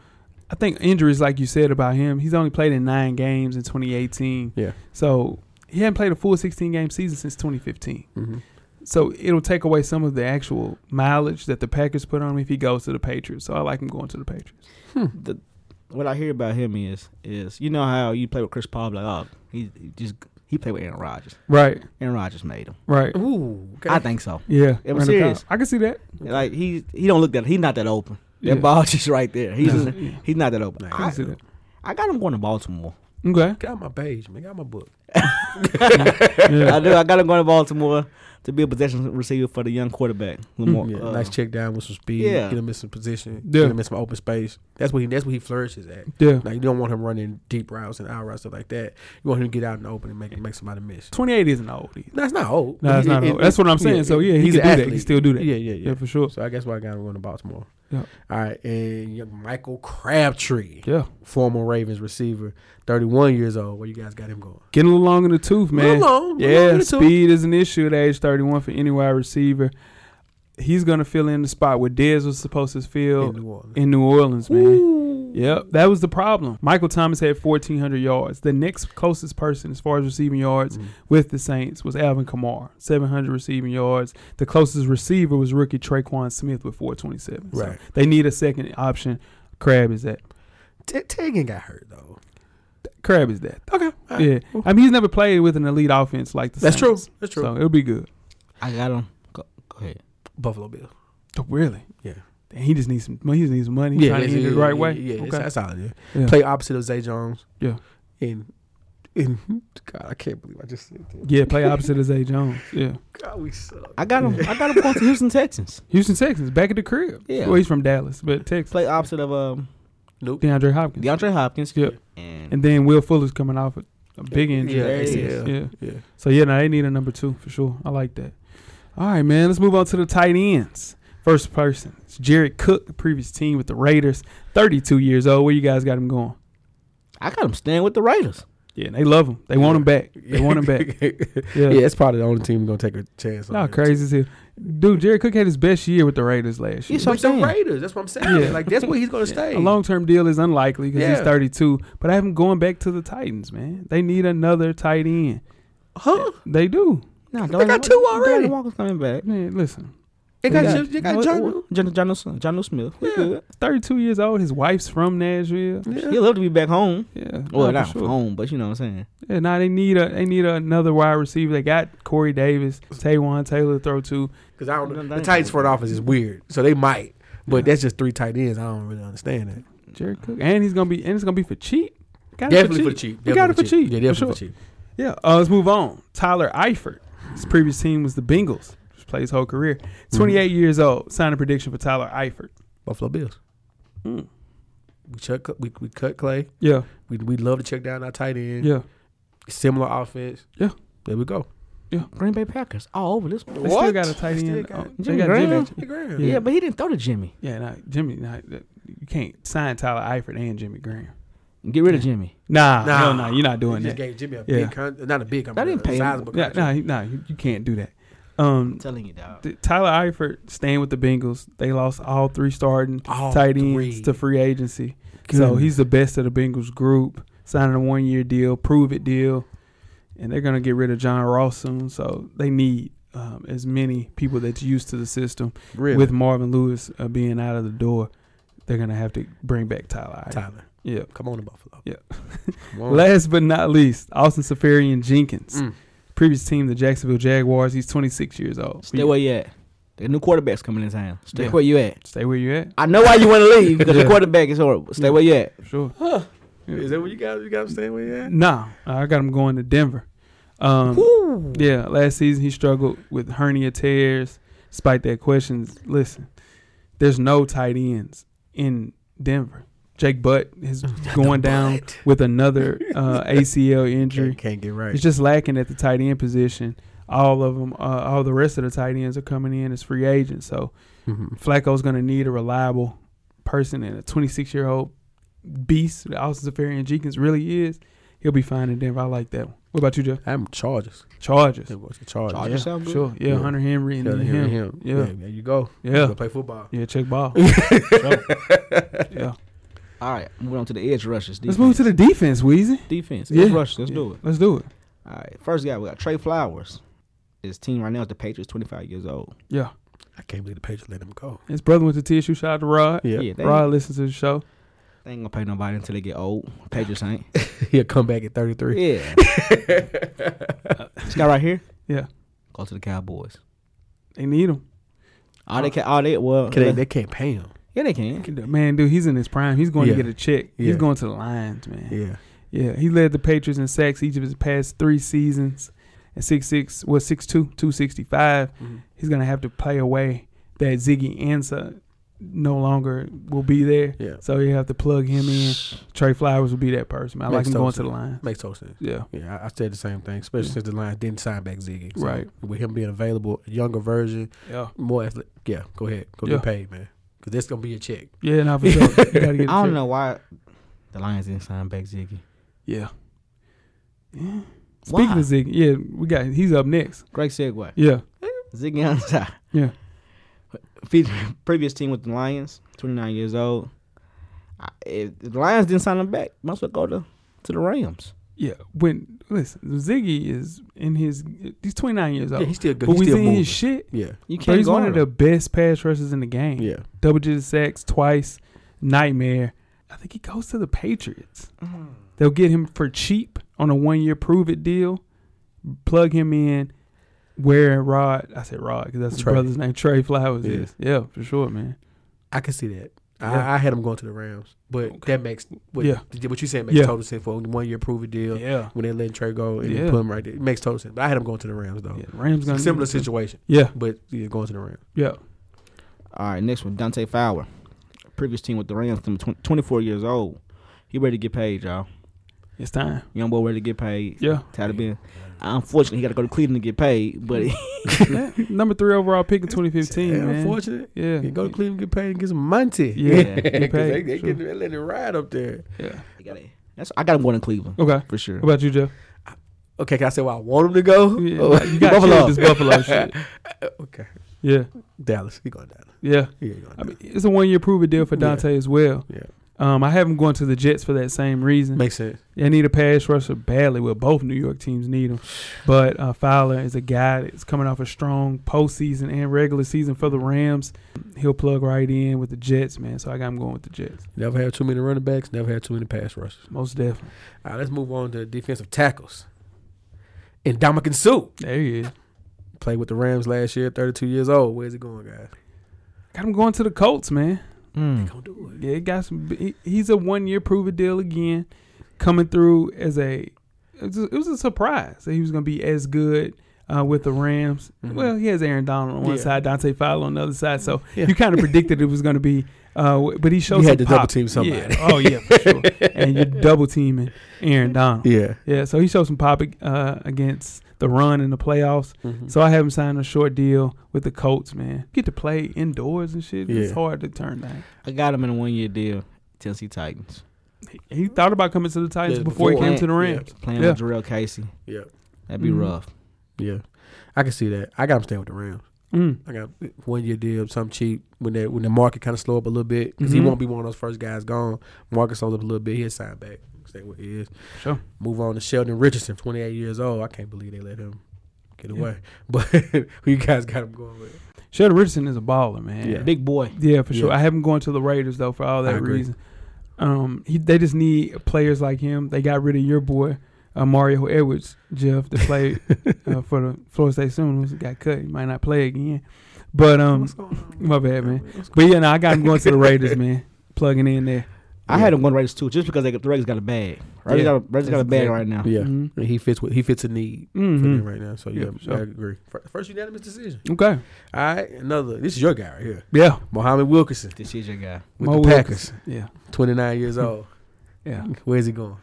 I think injuries, like you said about him, he's only played in nine games in 2018. Yeah. So he hadn't played a full 16 game season since 2015. Mhm. So it'll take away some of the actual mileage that the Packers put on him if he goes to the Patriots. So I like him going to the Patriots. the what I hear about him is is you know how you play with Chris Paul like oh he, he just he played with Aaron Rodgers. Right. Aaron Rodgers made him. Right. Ooh, okay. I think so. Yeah. Mm-hmm. It was Randall serious. Cobb. I can see that. Like he he don't look that he's not that open. Yeah. That ball just right there. He's Yeah. he's not that open. I can I, see that. I got him going to Baltimore. Okay. got my page, man. Got my book. Yeah. I do. I got him going to Baltimore to be a possession receiver for the young quarterback. Lamar. Yeah, uh, nice check down with some speed. yeah. Get him in some position. Yeah. Get him in some open space. That's what he. That's what he flourishes at. Yeah. Like you don't want him running deep routes and out routes stuff like that. You want him to get out in the open and make make somebody miss. 28 isn't old. either. That's not old. No, it's It- not it- old. That's what I'm saying. So, yeah, he he's can an do that. He can still do that. Yeah, yeah, yeah. Yeah, for sure. So I guess why I got him going to Baltimore. Yeah. All right, and young Michael Crabtree, Yeah. former Ravens receiver, 31 years old. Where you guys got him going? Getting a little long in the tooth, man. Little long, little long yeah, in the tooth. speed is an issue at age 31 for any wide receiver. He's going to fill in the spot where Dez was supposed to fill In New Orleans. in New Orleans, man. Yep, that was the problem. Michael Thomas had 1,400 yards. The next closest person as far as receiving Mm. yards with the Saints was Alvin Kamara, 700 receiving yards. The closest receiver was rookie Traquan Smith with 427. So Right. they need a second option. Crab is that. T- Tegan got hurt though. Crab is that. Ah, Okay, all right. Yeah. I mean, he's never played with an elite offense like the that's Saints. true. That's true. So it'll be good. I got him. Go, go ahead. Buffalo Bill. Oh, really? Yeah. And he just needs some. He just needs some money. He's trying to end it the right way. Yeah, Okay. that's, that's all it is. Yeah. Play opposite of Zay Jones. Yeah. And and God, I can't believe I just said that. yeah. Play opposite of Zay Jones. Yeah. God, we suck. I got him. I got him going to Houston Texans. Houston Texans back at the crib. Yeah. Well, he's from Dallas, but Texas. Play opposite of um, Nope. DeAndre Hopkins. DeAndre Hopkins. Yeah. And, And then Will Fuller's coming off a, a big Yeah, injury. yeah, yeah. yeah. So yeah, now they need a number two for sure. I like that. All right, man. Let's move on to the tight ends. First person, it's Jared Cook, the previous team with the Raiders, 32 years old. Where you guys got him going? I got him staying with the Raiders. Yeah, they love him. They want him back. They want him back. Yeah. yeah, it's probably the only team gonna take a chance. on Nah, it. crazy as hell. Dude, Jared Cook had his best year with the Raiders last year. He's With I'm saying. the Raiders. That's what I'm saying. Yeah. Like that's where he's gonna stay. A long term deal is unlikely because he's Yeah. 32. But I have him going back to the Titans, man. They need another tight end. huh? They do. No, They got two already. Darren Walker's coming back. Man, listen. They We got they got we- John. we- John, John, Smith- John Smith. We Yeah. good. 32 years old. His wife's from Nashville. He'd love to be back home. Yeah. Well, nah, not for sure. home, but you know what I'm saying. Yeah, now they need a they need another wide receiver. They got Corey Davis, Taywan Taylor to throw to. Because I don't know. The They- Titans front office is weird, so they might. But that's just three tight ends. I don't really understand that. Jared Cook, and he's gonna be and it's gonna be for cheap. Got it Definitely for cheap. We got it for Definitely cheap. Yeah, for definitely sure. for cheap. Yeah. Uh, let's move on. Tyler Eifert. His previous team was the Bengals, which played his whole career. Twenty years old. Sign a prediction for Tyler Eifert. Buffalo Bills. Mm. We cut. We, we cut Clay. Yeah. We we love to check down our tight end. Yeah. Similar offense. Yeah. There we go. Green Bay Packers all over this. They still got a tight Still end. got- Oh, they Jimmy got Graham. Jimmy. Hey, Graham. Yeah. Yeah, but he didn't throw to Jimmy. Yeah, nah, Jimmy. Nah, that- you can't sign Tyler Eifert and Jimmy Graham. Get rid of Jimmy. Nah, Nah. hell nah, you're not They doing just that. gave Jimmy a Yeah. big con- not a big. That didn't pay him. Yeah, nah, you- nah, you, you can't do that. Um, I'm telling you, dog. th- Tyler Eifert staying with the Bengals. They lost all three starting All tight ends three. to free agency. So Goodness. he's the best of the Bengals group. Signing a one year deal, prove it deal, and they're gonna get rid of John Ross soon. So they need um, as many people that's used to the system. Really? With Marvin Lewis uh, being out of the door, they're gonna have to bring back Tyler. Eifert. Tyler. Yeah. Come on to Buffalo. Yeah. Come on. Last but not least, Austin Safarian Jenkins. Mm. Previous team, the Jacksonville Jaguars. He's 26 years old. Stay where you at. The new quarterback's coming in town. Stay Yeah. where you at. Stay where you at. I know why you want to leave because Yeah. the quarterback is horrible. Stay where you at. For sure. Is that what you got? You got him staying where you at? Nah, I got him going to Denver. Um, yeah, last season he struggled with hernia tears. Despite their questions, listen, there's no tight ends in Denver. Jake Butt is going down with another uh, ACL injury. Can't, can't get right. It's just lacking at the tight end position. All of them, uh, all the rest of the tight ends are coming in as free agents. So Mhm. Flacco's going to need a reliable person, and a 26 year old beast, that Austin Safarian Jenkins really is. He'll be fine in Denver. I like that one. What about you, Jeff? I'm Chargers. Chargers. It was the Chargers. Chargers. Yeah, sound good. sure. Yeah, Yeah. Hunter Henry and Yeah, then him, him. him. Yeah. there you go. Yeah. Go play football. Yeah, check ball. yeah. All right, moving on to the edge rushers. Let's move to the defense, Wheezy. defense. Yeah. Edge rush. Let's Yeah, do it. Let's do it. All right, first guy we got Trey Flowers. His team right now is the Patriots, 25 years old. Yeah. I can't believe the Patriots let him go. His brother went to TSU. Shout out to Rod. Yeah. yeah they, Rod listens to the show. they ain't gonna pay nobody until they get old. Patriots ain't. He'll come back at 33. yeah, this guy right here. Yeah. Go to the Cowboys. They need him. All Uh, they can, all they well, Can they, they can't pay him. yeah, they can. Man, dude, he's in his prime. He's going Yeah. to get a check. Yeah. He's going to the Lions, man. Yeah. Yeah, he led the Patriots in sacks each of his past three seasons. And six six well six two two sixty five. Mhm. He's gonna have to play away that Ziggy Ansah no longer will be there. Yeah. So you have to plug him in. Trey Flowers will be that person. I like Makes him going to total the Lions. Makes total sense. Yeah. Yeah, I, I said the same thing, especially Yeah. since the Lions didn't sign back Ziggy. So Right. With him being available, a younger version, Yeah. more athletic. Yeah, go ahead. Go Yeah. get paid, man. Because that's going to be a check. Yeah, no, for sure. You gotta get I it don't checked. know why the Lions didn't sign back Ziggy. Yeah. Yeah. Why? Speaking of Ziggy, yeah, we got he's up next. Great segue. Yeah. Ziggy Ansah. Yeah. Fe- Previous team with the Lions, 29 years old. I, if the Lions didn't sign him back, might as well go to, to the Rams. Yeah. When listen, Ziggy is in his he's twenty nine years old. Yeah, he's still good. but He's we still seen moving. his shit. Yeah. You But can't he's go one of the best pass rushers in the game. Yeah. Double digit sacks twice, nightmare. I think he goes to the Patriots. They'll get him for cheap on a one year prove it deal. Plug him in. Where Rod, I said Rod because that's his Trey. brother's name. Trey Flowers Yeah. is. Yeah, for sure, man. I can see that. Yeah. I, I had him going to the Rams, but that makes what, Yeah. what you said makes Yeah. total sense for a one year prove it deal. Yeah. When they let Trey go and Yeah. put him right there, it makes total sense. But I had him going to the Rams though. yeah Rams gonna Similar need him, too. situation, Yeah, but he's going to the Rams. yeah. All right, next one, Dante Fowler. Previous team with the Rams, number 20, 24 years old. He ready to get paid, y'all. It's time. Young boy ready to get paid. Yeah. Tired of being. Unfortunately, he got to go to Cleveland to get paid, but Yeah. Number three overall pick in 2015, Yeah, man. Unfortunate. Yeah. You go to Cleveland, get paid, and get some money. Yeah, get 'Cause they, paid, they, sure. get, they let it ride up there. Yeah. he gotta- that's, I got him going to Cleveland Okay. for sure. What about you, Jeff? Okay, can I say where I want him to go? Yeah, Oh, You got Buffalo. this Buffalo shit. okay, Yeah, Dallas. He going to Dallas. yeah. He ain't going I Dallas. mean, it's a one year prove it deal for Dante as well. Yeah. Um, I have him going to the Jets for that same reason. Makes sense. They need a pass rusher badly. Well, both New York teams need him. But uh, Fowler is a guy that's coming off a strong postseason and regular season for the Rams. He'll plug right in with the Jets, man. So I got him going with the Jets. Never had too many running backs. Never had too many pass rushers. Most definitely. All right, let's move on to defensive tackles. And Dominican Sue There he is. played with the Rams last year, 32 years old. Where's it going, guys? Got him going to the Colts, man. Mm. Don't do it. Yeah, he got some. He, he's a one year prove it deal again, coming through as a. It was a, it was a surprise that he was going to be as good uh, with the Rams. Mhm. Well, he has Aaron Donald on one Yeah. side, Dante Fowler on the other side, so Yeah. you kind of predicted it was going to be. Uh, w- but he showed You some had to pop. double team somebody. Yeah. Oh yeah, for sure. and you're double teaming Aaron Donald. Yeah. Yeah. so he showed some pop uh, against the run in the playoffs. Mm-hmm. So I have him sign a short deal with the Colts, man. Get to play indoors and shit. It's Yeah. hard to turn down. I got him in a one year deal, Tennessee Titans. He- He thought about coming to the Titans Yeah, before, he before. came to the Rams. Playing with Jarrell Casey. Yeah. That'd be Mhm. rough. Yeah. I can see that. I got him staying with the Rams. Mm. I got one year deal, something cheap when that when the market kind of slow up a little bit because Mhm. he won't be one of those first guys gone. Market slows up a little bit. He'll sign back. Stay what he is. Sure. Move on to Sheldon Richardson, 28 years old. I can't believe they let him get Yeah. away. But who you guys got him going with? Sheldon Richardson is a baller, man. Yeah. Big boy. Yeah, for sure. Yeah. I haven't gone to the Raiders though for all I that agree. reason. Um, he, they just need players like him. They got rid of your boy uh, Mario Edwards, Jeff, to play uh, for the Florida State Seminoles. He Got cut. He might not play again. But um, What's going on? my bad, man. What's But yeah, no, I got him going to the Raiders, man. Plugging in there. I had him going to Raiders too, just because they, the Raiders got a bag. Raiders Yeah. got a, Raiders got a bag right now. Yeah, Mhm. And he fits with he fits a need for Mhm. them right now. So yeah, Yeah, for sure. I agree. Fir- First unanimous decision. Okay. All right, another. This is your guy right here, Yeah. Mohammed Wilkerson This is your guy. with Mo the Packers. Wilkerson. Yeah. Twenty nine years old. Yeah. Where's he going?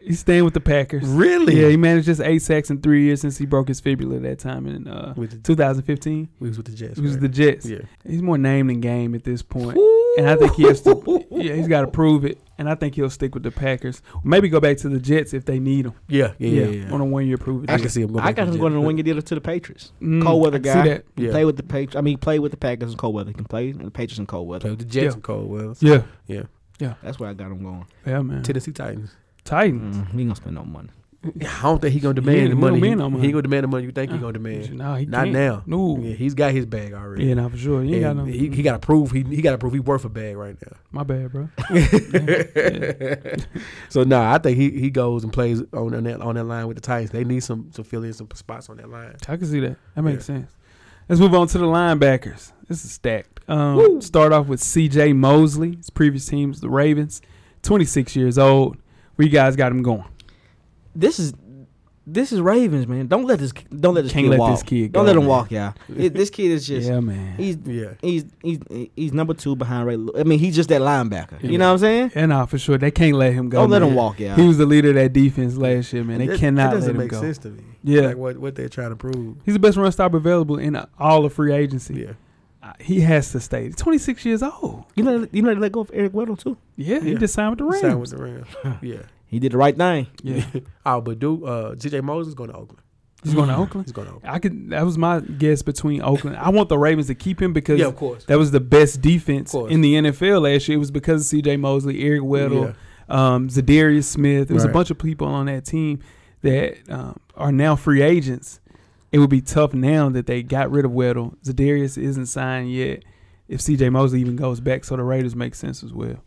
He's staying with the Packers. Really? Yeah, he managed just eight sacks in three years since he broke his fibula that time in uh, With the, 2015. he was with the Jets. He was right? the Jets. Yeah. He's more name than game at this point. And I think he has to. Yeah, he's got to prove it. And I think he'll stick with the Packers. Maybe go back to the Jets if they need him. Yeah, yeah, yeah. yeah. on a one year prove it. I can see him going. I back got to him the going to Jets. win your deal to the Patriots. Mm, cold weather I can guy. See that. Yeah. Play with the Patriots. I mean, play with the Packers in cold weather. He can play with the Patriots in cold weather. Play with the Jets Yeah. in cold weather. Yeah, That's where I got him going. yeah, man. Tennessee Titans. Titans. Mm, he ain't gonna spend no money. I don't think he gonna demand Yeah, the he money. don't He, mean no money. he gonna demand the money you think he Uh, gonna demand. No, he Not can't. now. No. Yeah, Yeah, he's got his bag already. no, for sure. You ain't got no. And he, he got to prove he he got to prove he worth a bag right now. my bad, bro. so nah, I think he, he goes and plays on, on that on that line with the Titans. They need some to fill in some spots on that line. I can see that. That makes sense. Let's move on to the linebackers. This is stacked. Um, start off with C.J. Mosley. His previous team was the Ravens. Twenty six years old. Where you guys got him going? This is this is Ravens, man. Don't let this don't let this Can't kid let walk. this kid don't go, let him man. walk, y'all. It- this kid is just yeah, man. he's Yeah, he's he's he's number two behind Ray. Lew- I mean, he's just that linebacker. You know what I'm saying? yeah, nah, uh, for sure. They can't let him go. Don't let man. him walk, y'all. He was the leader of that defense last year, man. They That- cannot That let doesn't him make go. sense to me. Yeah. like what what they're trying to prove. He's the best run stop available in uh, all of free agency. Yeah, Uh, He has to stay. Twenty six years old. you know you know they let go of Eric Weddle too. Yeah, he Yeah. just signed with the Rams. sign with the Rams. Yeah. He did the right thing. yeah, Oh, but do uh, T.J. Moses going to Oakland? he's going to Oakland. He's going to Oakland. I could. That was my guess between Oakland. I want the Ravens to keep him because Yeah, of course. that was the best defense Of course. in the NFL last year. It was because of C.J. Mosley, Eric Weddle, Yeah. um, Zadarius Smith. There was a Right. bunch of people on that team that um, are now free agents. It would be tough now that they got rid of Weddle. Zadarius isn't signed yet. If C.J. Mosley even goes back, so the Raiders make sense as well.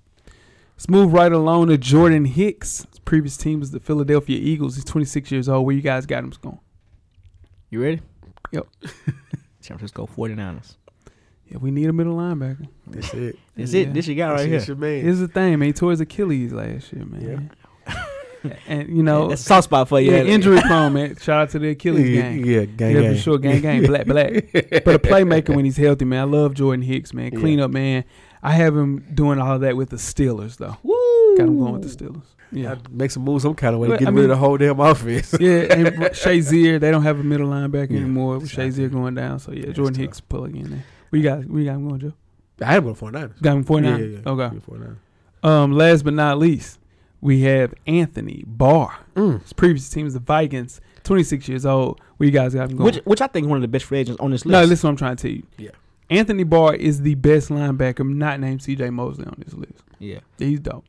Let's move right along to Jordan Hicks. His previous team was the Philadelphia Eagles. He's 26 years old. Where you guys got him going? You ready? Yep. San Francisco 49ers. Yeah, we need a middle linebacker. That's it. That's Yeah. it. This you got right That's here. your man. Here's the thing, man. He tore his Achilles last year, man. and you know, That's a soft spot for you. yeah, injury prone, man. Shout out to the Achilles yeah, gang. Yeah, gang, yeah, gang. for sure, gang, gang, black, black. But a playmaker when he's healthy, man. I love Jordan Hicks, man. Yeah. Clean up, man. I have him doing all of that with the Steelers, though. Woo. Got him going with the Steelers. Yeah, I'd make some moves some kind of way to But, get I rid mean- of the whole damn offense. yeah. And Shazier, they don't have a middle linebacker Yeah, anymore. With exactly. Shazier going down, so yeah, Yeah, it's Jordan tough. Hicks plug in there. We got, we got him going, Joe. I had him with 49ers. Got him forty nine. Yeah, yeah, yeah. Okay. Yeah, 49ers. Um, last but not least, we have Anthony Barr. Mm. His previous team is the Vikings, 26 years old. Where you guys got him going? Which, which I think one of the best free agents on this list. no, listen, what I'm trying to tell you. Yeah. Anthony Barr is the best linebacker, not named C.J. Mosley on this list. Yeah. He's dope.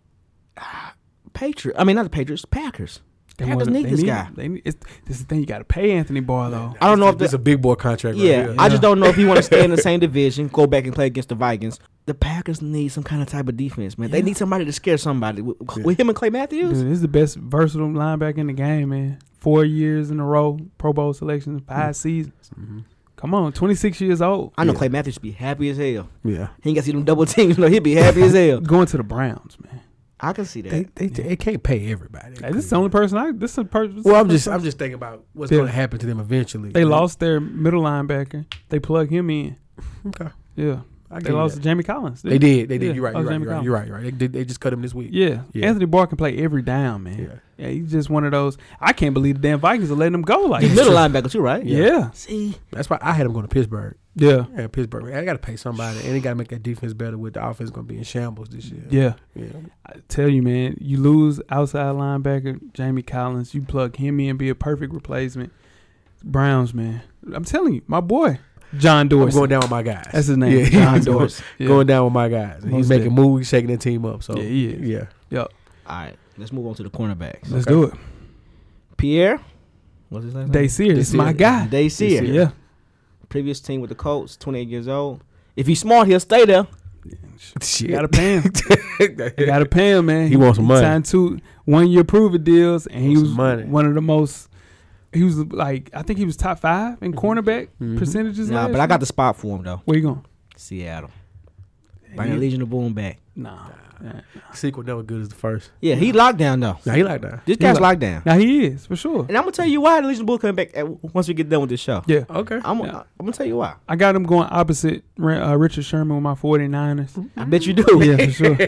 Patriot. I mean, not the Patriots. Packers. They Packers wanna- need they this guy. him. They need, it's, this is the thing. You got to pay Anthony Barr though. I don't know if This is the, a big boy contract. yeah, Right here. I just Yeah. don't know if he want to stay in the same division, go back and play against the Vikings. The Packers need some kind of type of defense, man. They Yeah. need somebody to scare somebody. With, Yeah. with him and Clay Dude, Matthews, this is the best versatile linebacker in the game, man. Four years in a row, Pro Bowl selection, five seasons. Mhm. Come on, 26 years old, I know Yeah. Clay Matthews be happy as hell. Yeah. He ain't got to see them double teams. No, he'd be happy as hell. going to the Browns, man. I can see that. They, they, they can't pay everybody. Hey, this is the only person I. This is the person. well, I'm just I'm just thinking about what's Yeah. going to happen to them eventually. They lost their middle linebacker. They plug him in. Okay. Yeah. I They lost to Jamie Collins. They did. They did. Yeah. You're right. Oh, You're right. Jamie You're right. Collins. You're right. You're right. They, did- they just cut him this week. Yeah. Yeah. Anthony Barr can play every down, man. Yeah. Yeah. he's just one of those. I can't believe the damn Vikings are letting him go like He's this. middle linebacker too, right? Yeah. See, That's why I had him going to Pittsburgh. Yeah. Yeah, Pittsburgh. I got to pay somebody, and they got to make that defense better. With the offense going to be in shambles this year. Yeah. Yeah. I tell you, man, you lose outside linebacker Jamie Collins. You plug him in, be a perfect replacement. Browns, man. I'm telling you, my boy, John I'm Dorsey. going down with my guys. That's his name, Yeah, John he's going, Dorsey. Yeah. going down with my guys. And Most he's making definitely. moves, shaking that team up. So Yeah, he is. Yeah, all right. Let's move on to the cornerbacks. Let's Okay. do it. Pierre, what's his last name? Dacier, this is my Dacier. guy. Dacier. Ah, Yeah. Previous team with the Colts, 28 years old. If he's smart, he'll stay there. You gotta pay him. You gotta pay him, man. He wants some money. Signed two one year prove it deals, and he Wants was some money. one of the most. He was like, I think he was top five in cornerback Mhm. percentages. Nah, last but I year. got the spot for him though. Where you going? Seattle. Bring the Legion of Boom back. Nah. Yeah. Sequel never good as the first. Yeah, he lockdown though. Nah, he like that. He This guy's lock- lockdown. Now he is for sure. And I'm gonna tell you why the Legion Bull coming back at, once we get done with this show. Yeah. Okay. I'm, Yeah. I'm gonna tell you why. I got him going opposite Ra- uh, Richard Sherman with my 49ers. I bet you do. Yeah, for sure.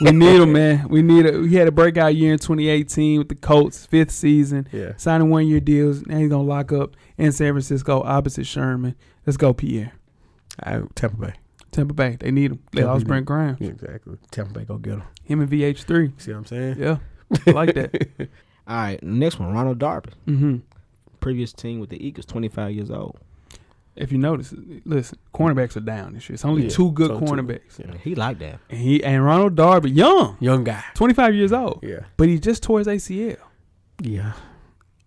we need him, man. We need a He had a breakout year in 2018 with the Colts, fifth season, Yeah. signing one year deals. Now he's going to lock up in San Francisco opposite Sherman. Let's go, Pierre. I, Tampa Bay. Tampa Bay, they need him. They Tampa lost Bay. Brent Grimes. Yeah, exactly. Tampa Bay go get him. Him and VH3. See what I'm saying? Yeah, I like that. All right, next one, Ronald Darby, hmm previous team with the Eagles, 25 years old. If you notice, listen, cornerbacks are down this year. It's only Yeah, two good so two. cornerbacks. Yeah. He lockdown. And he and Ronald Darby, young, Young guy. 25 years old, Yeah. but he just tore his ACL. Yeah.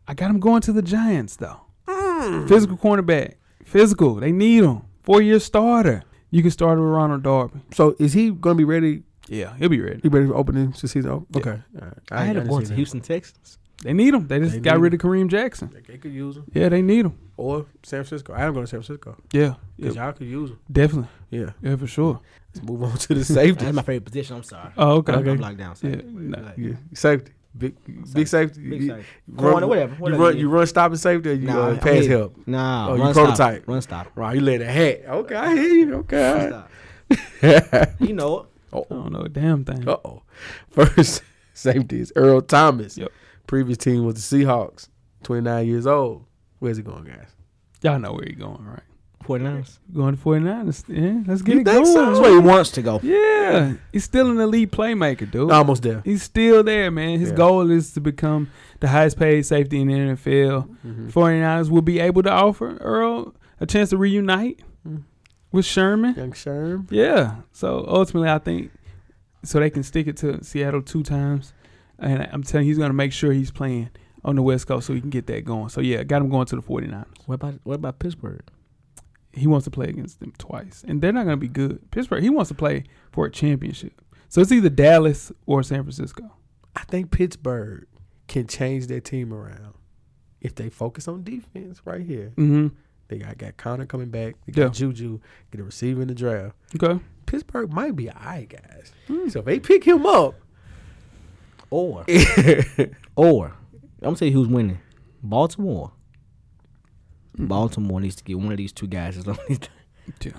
I got him going to the Giants though. Mm. Physical cornerback, physical. They need him. Four year starter. You can start with Ronald Darby. So is he gonna be ready? Yeah, he'll be ready. He ready for opening the season? Oh, okay. All right. I, had him didn't going see to that. Houston, Texas. They need him. They just They got need rid of Kareem Jackson. Like, They could use him, Yeah, they need him. or San Francisco. I am going to San Francisco Yeah, because Yeah, y'all could use him. definitely. Yeah. Yeah, for sure. Let's move on to the safety. That's my favorite position. I'm sorry. Oh, okay. Okay. I'm locked down. So Yeah, yeah, yeah. Safety. Big, big safety. Big You- safety. you Corner, whatever, You whatever run, it you is. run stop and safety. Or you Nah, uh, I pass mean- help. Nah, Oh, you run stop. prototype. Run stop. Right, you let it hat. Okay, I hear you. Run Okay. stop. you know it. I don't know a damn thing. Uh oh. First safety is Earl Thomas. Yep. Previous team was the Seahawks. Twenty nine years old. Where's he going, guys? Y'all know where he going, right? 49ers. Going to 49ers. Yeah, let's get You it think going. so? That's where he wants to go. Yeah, he's still an elite playmaker, dude. Almost there. He's still there, man. His Oh. Yeah. goal is to become the highest paid safety in the NFL. Mm-hmm. 49ers will be able to offer Earl a chance to reunite Mm. with Sherman. Young Sherm. Yeah. So ultimately, I think so they can stick it to Seattle two times. And I'm telling you, he's going to make sure he's playing on the West Coast so he can get that going. So yeah, got him going to the 49ers. What about what about Pittsburgh? He wants to play against them twice, and they're not going to be good. Pittsburgh, he wants to play for a championship. So it's either Dallas or San Francisco. I think Pittsburgh can change their team around if they focus on defense right here. Mm-hmm. They got, got Connor coming back. They got Yeah. Juju. Get a receiver in the draft. Okay. Pittsburgh might be all right, guys. Hmm. So if they pick him up, Or or I'm gonna tell you who's winning. Baltimore. Baltimore needs to get one of these two guys. as long as- Yeah,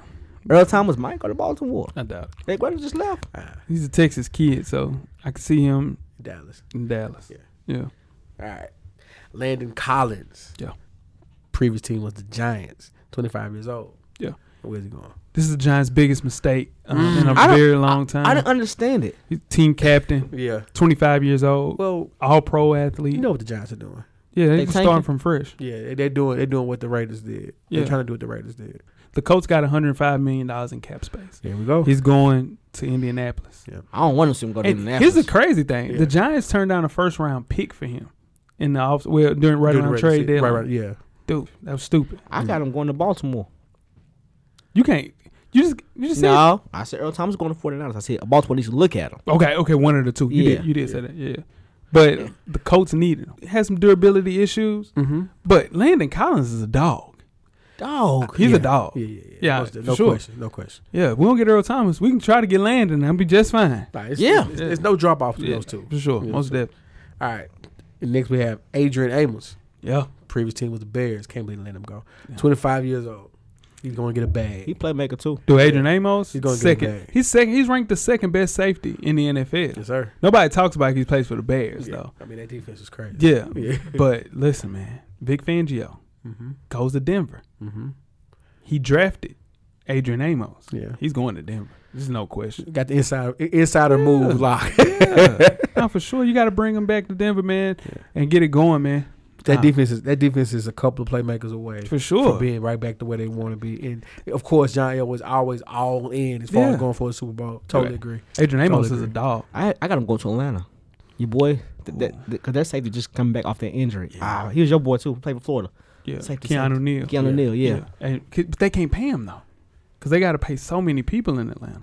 Earl Thomas might go to Baltimore. I doubt it. They could just left. He's a Texas kid, so I could see him Dallas. in Dallas. Yeah. Yeah. All right. Landon Collins. Yeah. Previous team was the Giants. Twenty five years old. Yeah. Where's he going? This is the Giants' biggest mistake um, in a Mm. I don't- very long I time. didn't understand it. He's team captain, Yeah. 25 years old, Well, all pro athlete. you know what the Giants are doing. yeah, they They just tanking? starting from fresh. Yeah, they, they're doing they're doing what the Raiders did. Yeah. They're trying to do what the Raiders did. The Colts got $105 million in cap space. There we go. He's going to Indianapolis. I don't want to see him go to And here's Indianapolis. the crazy thing Yeah. the Giants turned down a first round pick for him in the off, well, during right Doing the around Raiders trade did. deadline. Right, right. Yeah. Dude, that was stupid. I got him going to Baltimore. You can't, you just, you just said No, I said Earl Thomas going to 49ers. I said Baltimore needs to look at him. Okay, okay, one of the two. You Yeah. did, you did say that, yeah. But the Colts needed him. He had some durability issues, Mm-hmm. but Landon Collins is a dog. Dog. He's yeah. a dog. Yeah, yeah, yeah. Yeah, Most- for no sure. question. No question. Yeah, if we don't get Earl Thomas, we can try to get Landon. and I'll be just fine. Nah, it's, Yeah. it's, it's, it's no drop off to Yeah, those two. for sure, Yeah. most definitely. All right. And next we have Adrian Amos. Yeah, Previous team was the Bears. Can't believe they let him go. Twenty five years old. He's going to get a bag. He playmaker too. do Adrian Amos? He's gonna get second. it back. He's second. He's ranked the second best safety in the NFL. yes, sir. Nobody talks about he plays for the Bears Yeah. though. I mean that defense was crazy. Yeah, Yeah. but listen, man, Vic Fangio Mm-hmm. goes to Denver. Mm-hmm. He drafted Adrian Amos. Yeah. he's going to Denver. There's no question. Got the inside insider move lock. Yeah. no, for sure. You got to bring him back to Denver, man, and get it going, man. That Nah. defense is that defense is a couple of playmakers away For sure. from being right back to where they want to be. And of course, John Elway was always all in as far Yeah. as going for a Super Bowl. Totally Right. agree. Adrian Amos Totally is a agree. dog. I I got him going to Atlanta. Your boy, th- that because that safety just come back off that injury. Ah, he was your boy too. Played for Florida. Yeah, Safety, Keanu safety. Neal. Keanu Neal, yeah. And, 'cause- but they can't pay him though, because they got to pay so many people in Atlanta,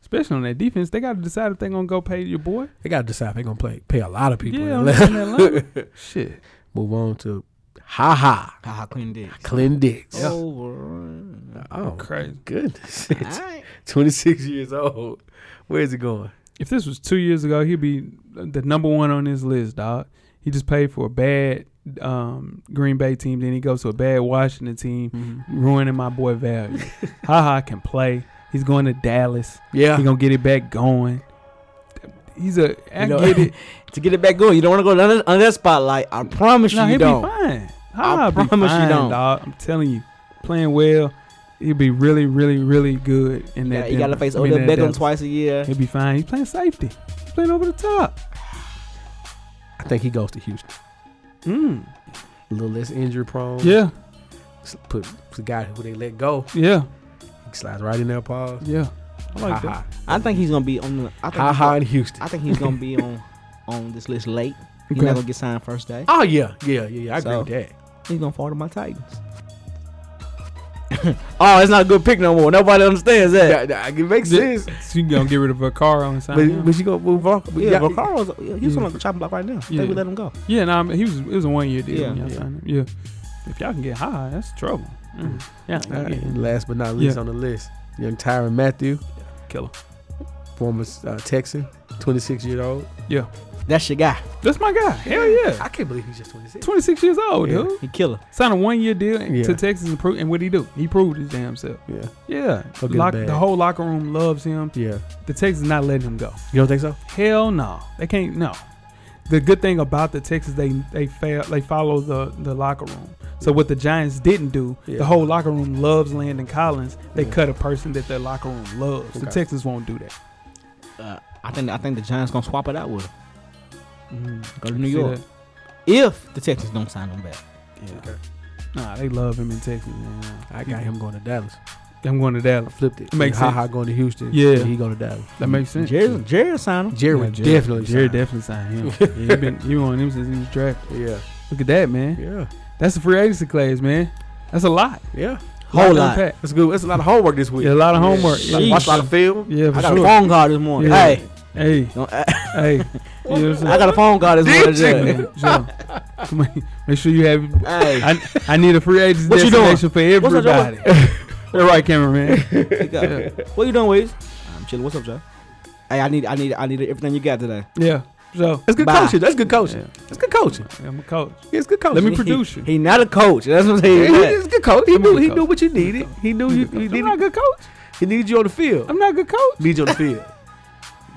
especially on that defense. They got to decide if they're gonna go pay your boy. They got to decide if they're gonna play pay a lot of people. yeah, in on Atlanta. in Atlanta. Shit. Move on to Ha ha. Haha, Clinton Dix. Clinton Dix. Over. Oh, Crazy. goodness. All right. 26 years old. Where is it going? If this was two years ago, he'd be the number one on his list, dog. He just played for a bad um, Green Bay team, then he goes to a bad Washington team, ruining my boy Value. Haha can play. He's going to Dallas. Yeah. He gonna get it back going. He's a. I You know, get it. to get it back going, you don't want to go under, under that spotlight. I promise No, you, he'll you be don't. fine. Haha be promise you fine, don't. Dog. I'm telling you, playing well, he'll be really, really, really good in Yeah, that. you got to Denver- face I mean, Odell that Beckham Dallas. twice a year. He'll be fine. He's playing safety. He's playing over the top. I think he goes to Houston. Mm. A little less injury prone. Yeah, S- Put the guy who they let go. yeah, He slides right in there, pause. yeah. I Ha like that. ha. I think he's gonna be on. The, I think Ha he's ha gonna- in Houston. I think he's gonna be on on this list late. He's Okay. not gonna get signed first day. Oh, yeah. Yeah, yeah, yeah. I So- agree with that. He's gonna fall to my Titans. oh, it's not a good pick no more. Nobody understands that. That, that- it makes Yeah. Uh-huh. sense. So you gonna get rid of Vaccaro and sign But, him? but you gonna move on. But Yeah, y'all- Vaccaro's he's on the chopping block right now. I Mm. Yeah. think we let him go. yeah, no, I mean, he was it was a one year deal. Yeah, when y'all yeah. signed him. yeah. If y'all can get high, that's trouble. Mm. Yeah, All right, yeah. and last but not least Yeah. on the list, young Tyron Matthew, killer. former uh, Texan, 26 year old. That's your guy. That's my guy. Hell yeah. I can't believe he's just 26. 26 years old, Yeah. dude. He killer. Signed a one year deal Yeah. to Texas and proved. And what he do? He proved his damn self. Yeah, Yeah. Go get a Lock, bag. the whole locker room loves him. yeah. The Texans not letting him go. You don't think so? Hell no, they can't. No, the good thing about the Texans, they they fail, they follow the the locker room. So what the Giants didn't do, Yeah. the whole locker room loves Landon Collins. They Yeah. cut a person that their locker room loves. The Okay. Texans won't do that. Uh, I think I think the Giants gonna swap it out with him. Go to New See York. that? If the Texans don't sign him back. Yeah. Nah, they love him in Texas. Man. I got him going to Dallas. I'm going to I Dallas. flipped it. Makes Ha ha going to Houston. Yeah. he going to Dallas. That makes sense. Jerry Jerry sign him. Jerry Yeah, would definitely. Jerry sign. definitely signed him. yeah, he been he been on him since he was drafted. Yeah, Look at that, man. yeah, That's a free agency class, man. That's a lot. yeah. to Whole lot. unpack. That's good. That's a lot of homework this week. Yeah, a lot of homework. Lot- Watch a lot of film. Yeah, for I got a sure. phone call this morning. Yeah. Hey, Hey, don't- hey. You know what I'm saying? I got a phone call this morning. Jerry. Yeah, yeah. Come on. Make sure you have. Hey, I, I need a free agent What you doing? destination for What's up, everybody. All right, cameraman. pick up. What you doing, Waze? I'm chilling. What's up, Jay? Hey, I need, I need, I need everything you got today. Yeah. So That's good Bye. coaching. That's good coaching. Yeah. That's good coaching. I'm a coach. Yeah, it's good coaching. Let me He- produce you. He, not a coach. That's what I'm Yeah, saying. he- he's a good coach. He I'm a knew, good he coach. knew what you needed. He knew you, you I'm not a needed. good coach. He needed you on the field. I'm not a good coach. Need you on the field.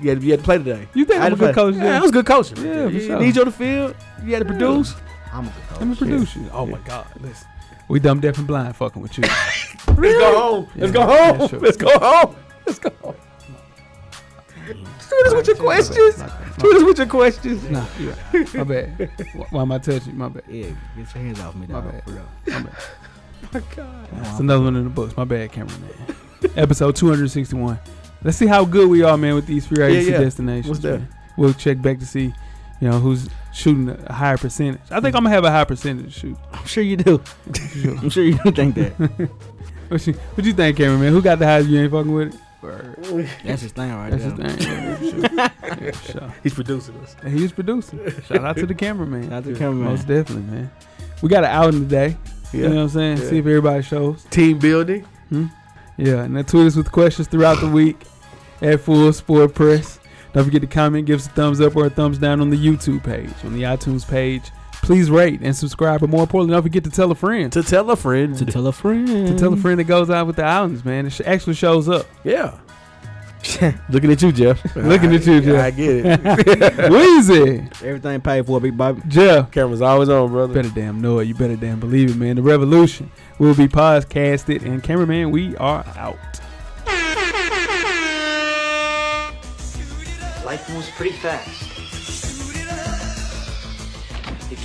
You had, you had to play today. You think I I'm a had to good play. coach? Yeah, Yeah, that was good coaching. Yeah, Yeah, for sure. Need you on the field. You had to produce. I'm a good coach. I'm a producer. Oh my God! Listen, we dumb, deaf, and blind fucking with you. Let's go home. Let's go Yeah, home. that's true. Let's go home. Let's go home. Shoot us with your questions. Shoot us with your questions. Nah, yeah. my bad. Why- Why am I touching? you? My bad. Yeah, get your hands off me, My dog. bad. My bad. My God. It's another one in the books. My bad, cameraman. Episode 261. Let's see how good we are, man, with these free agency yeah. destinations. What's that? man. We'll check back to see, you know, who's shooting a higher percentage. I think I'm gonna have a high percentage shoot. I'm sure you do. I'm sure you do think that. What you, what you think, cameraman? Who got the highest? You ain't fucking with it. That's his thing right That's there. his thing. Yeah, for sure. Yeah, for sure. He's producing us. And he was producing. Shout out to the cameraman. Shout out to the cameraman. Most definitely, man. We got an outing today. You know what I'm saying? Yeah. See if everybody shows. Team building. Yeah, and then tweet us with questions throughout the week at Full Sport Press. Don't forget to comment, give us a thumbs up or a thumbs down on the YouTube page, on the iTunes page. Please rate and subscribe, but more importantly, don't forget to tell a friend. To, To tell a friend. To tell a friend. tell a friend that goes out with the islands, man. It sh- actually shows up. Yeah. Looking at you, Jeff. Looking at you, Jeff. I get it. Weezy, Everything paid for, Big Bobby. Jeff. Camera's always on, brother. Better damn know it. You better damn believe it, man. The revolution will be podcasted. And cameraman, we are out. Life moves pretty fast. If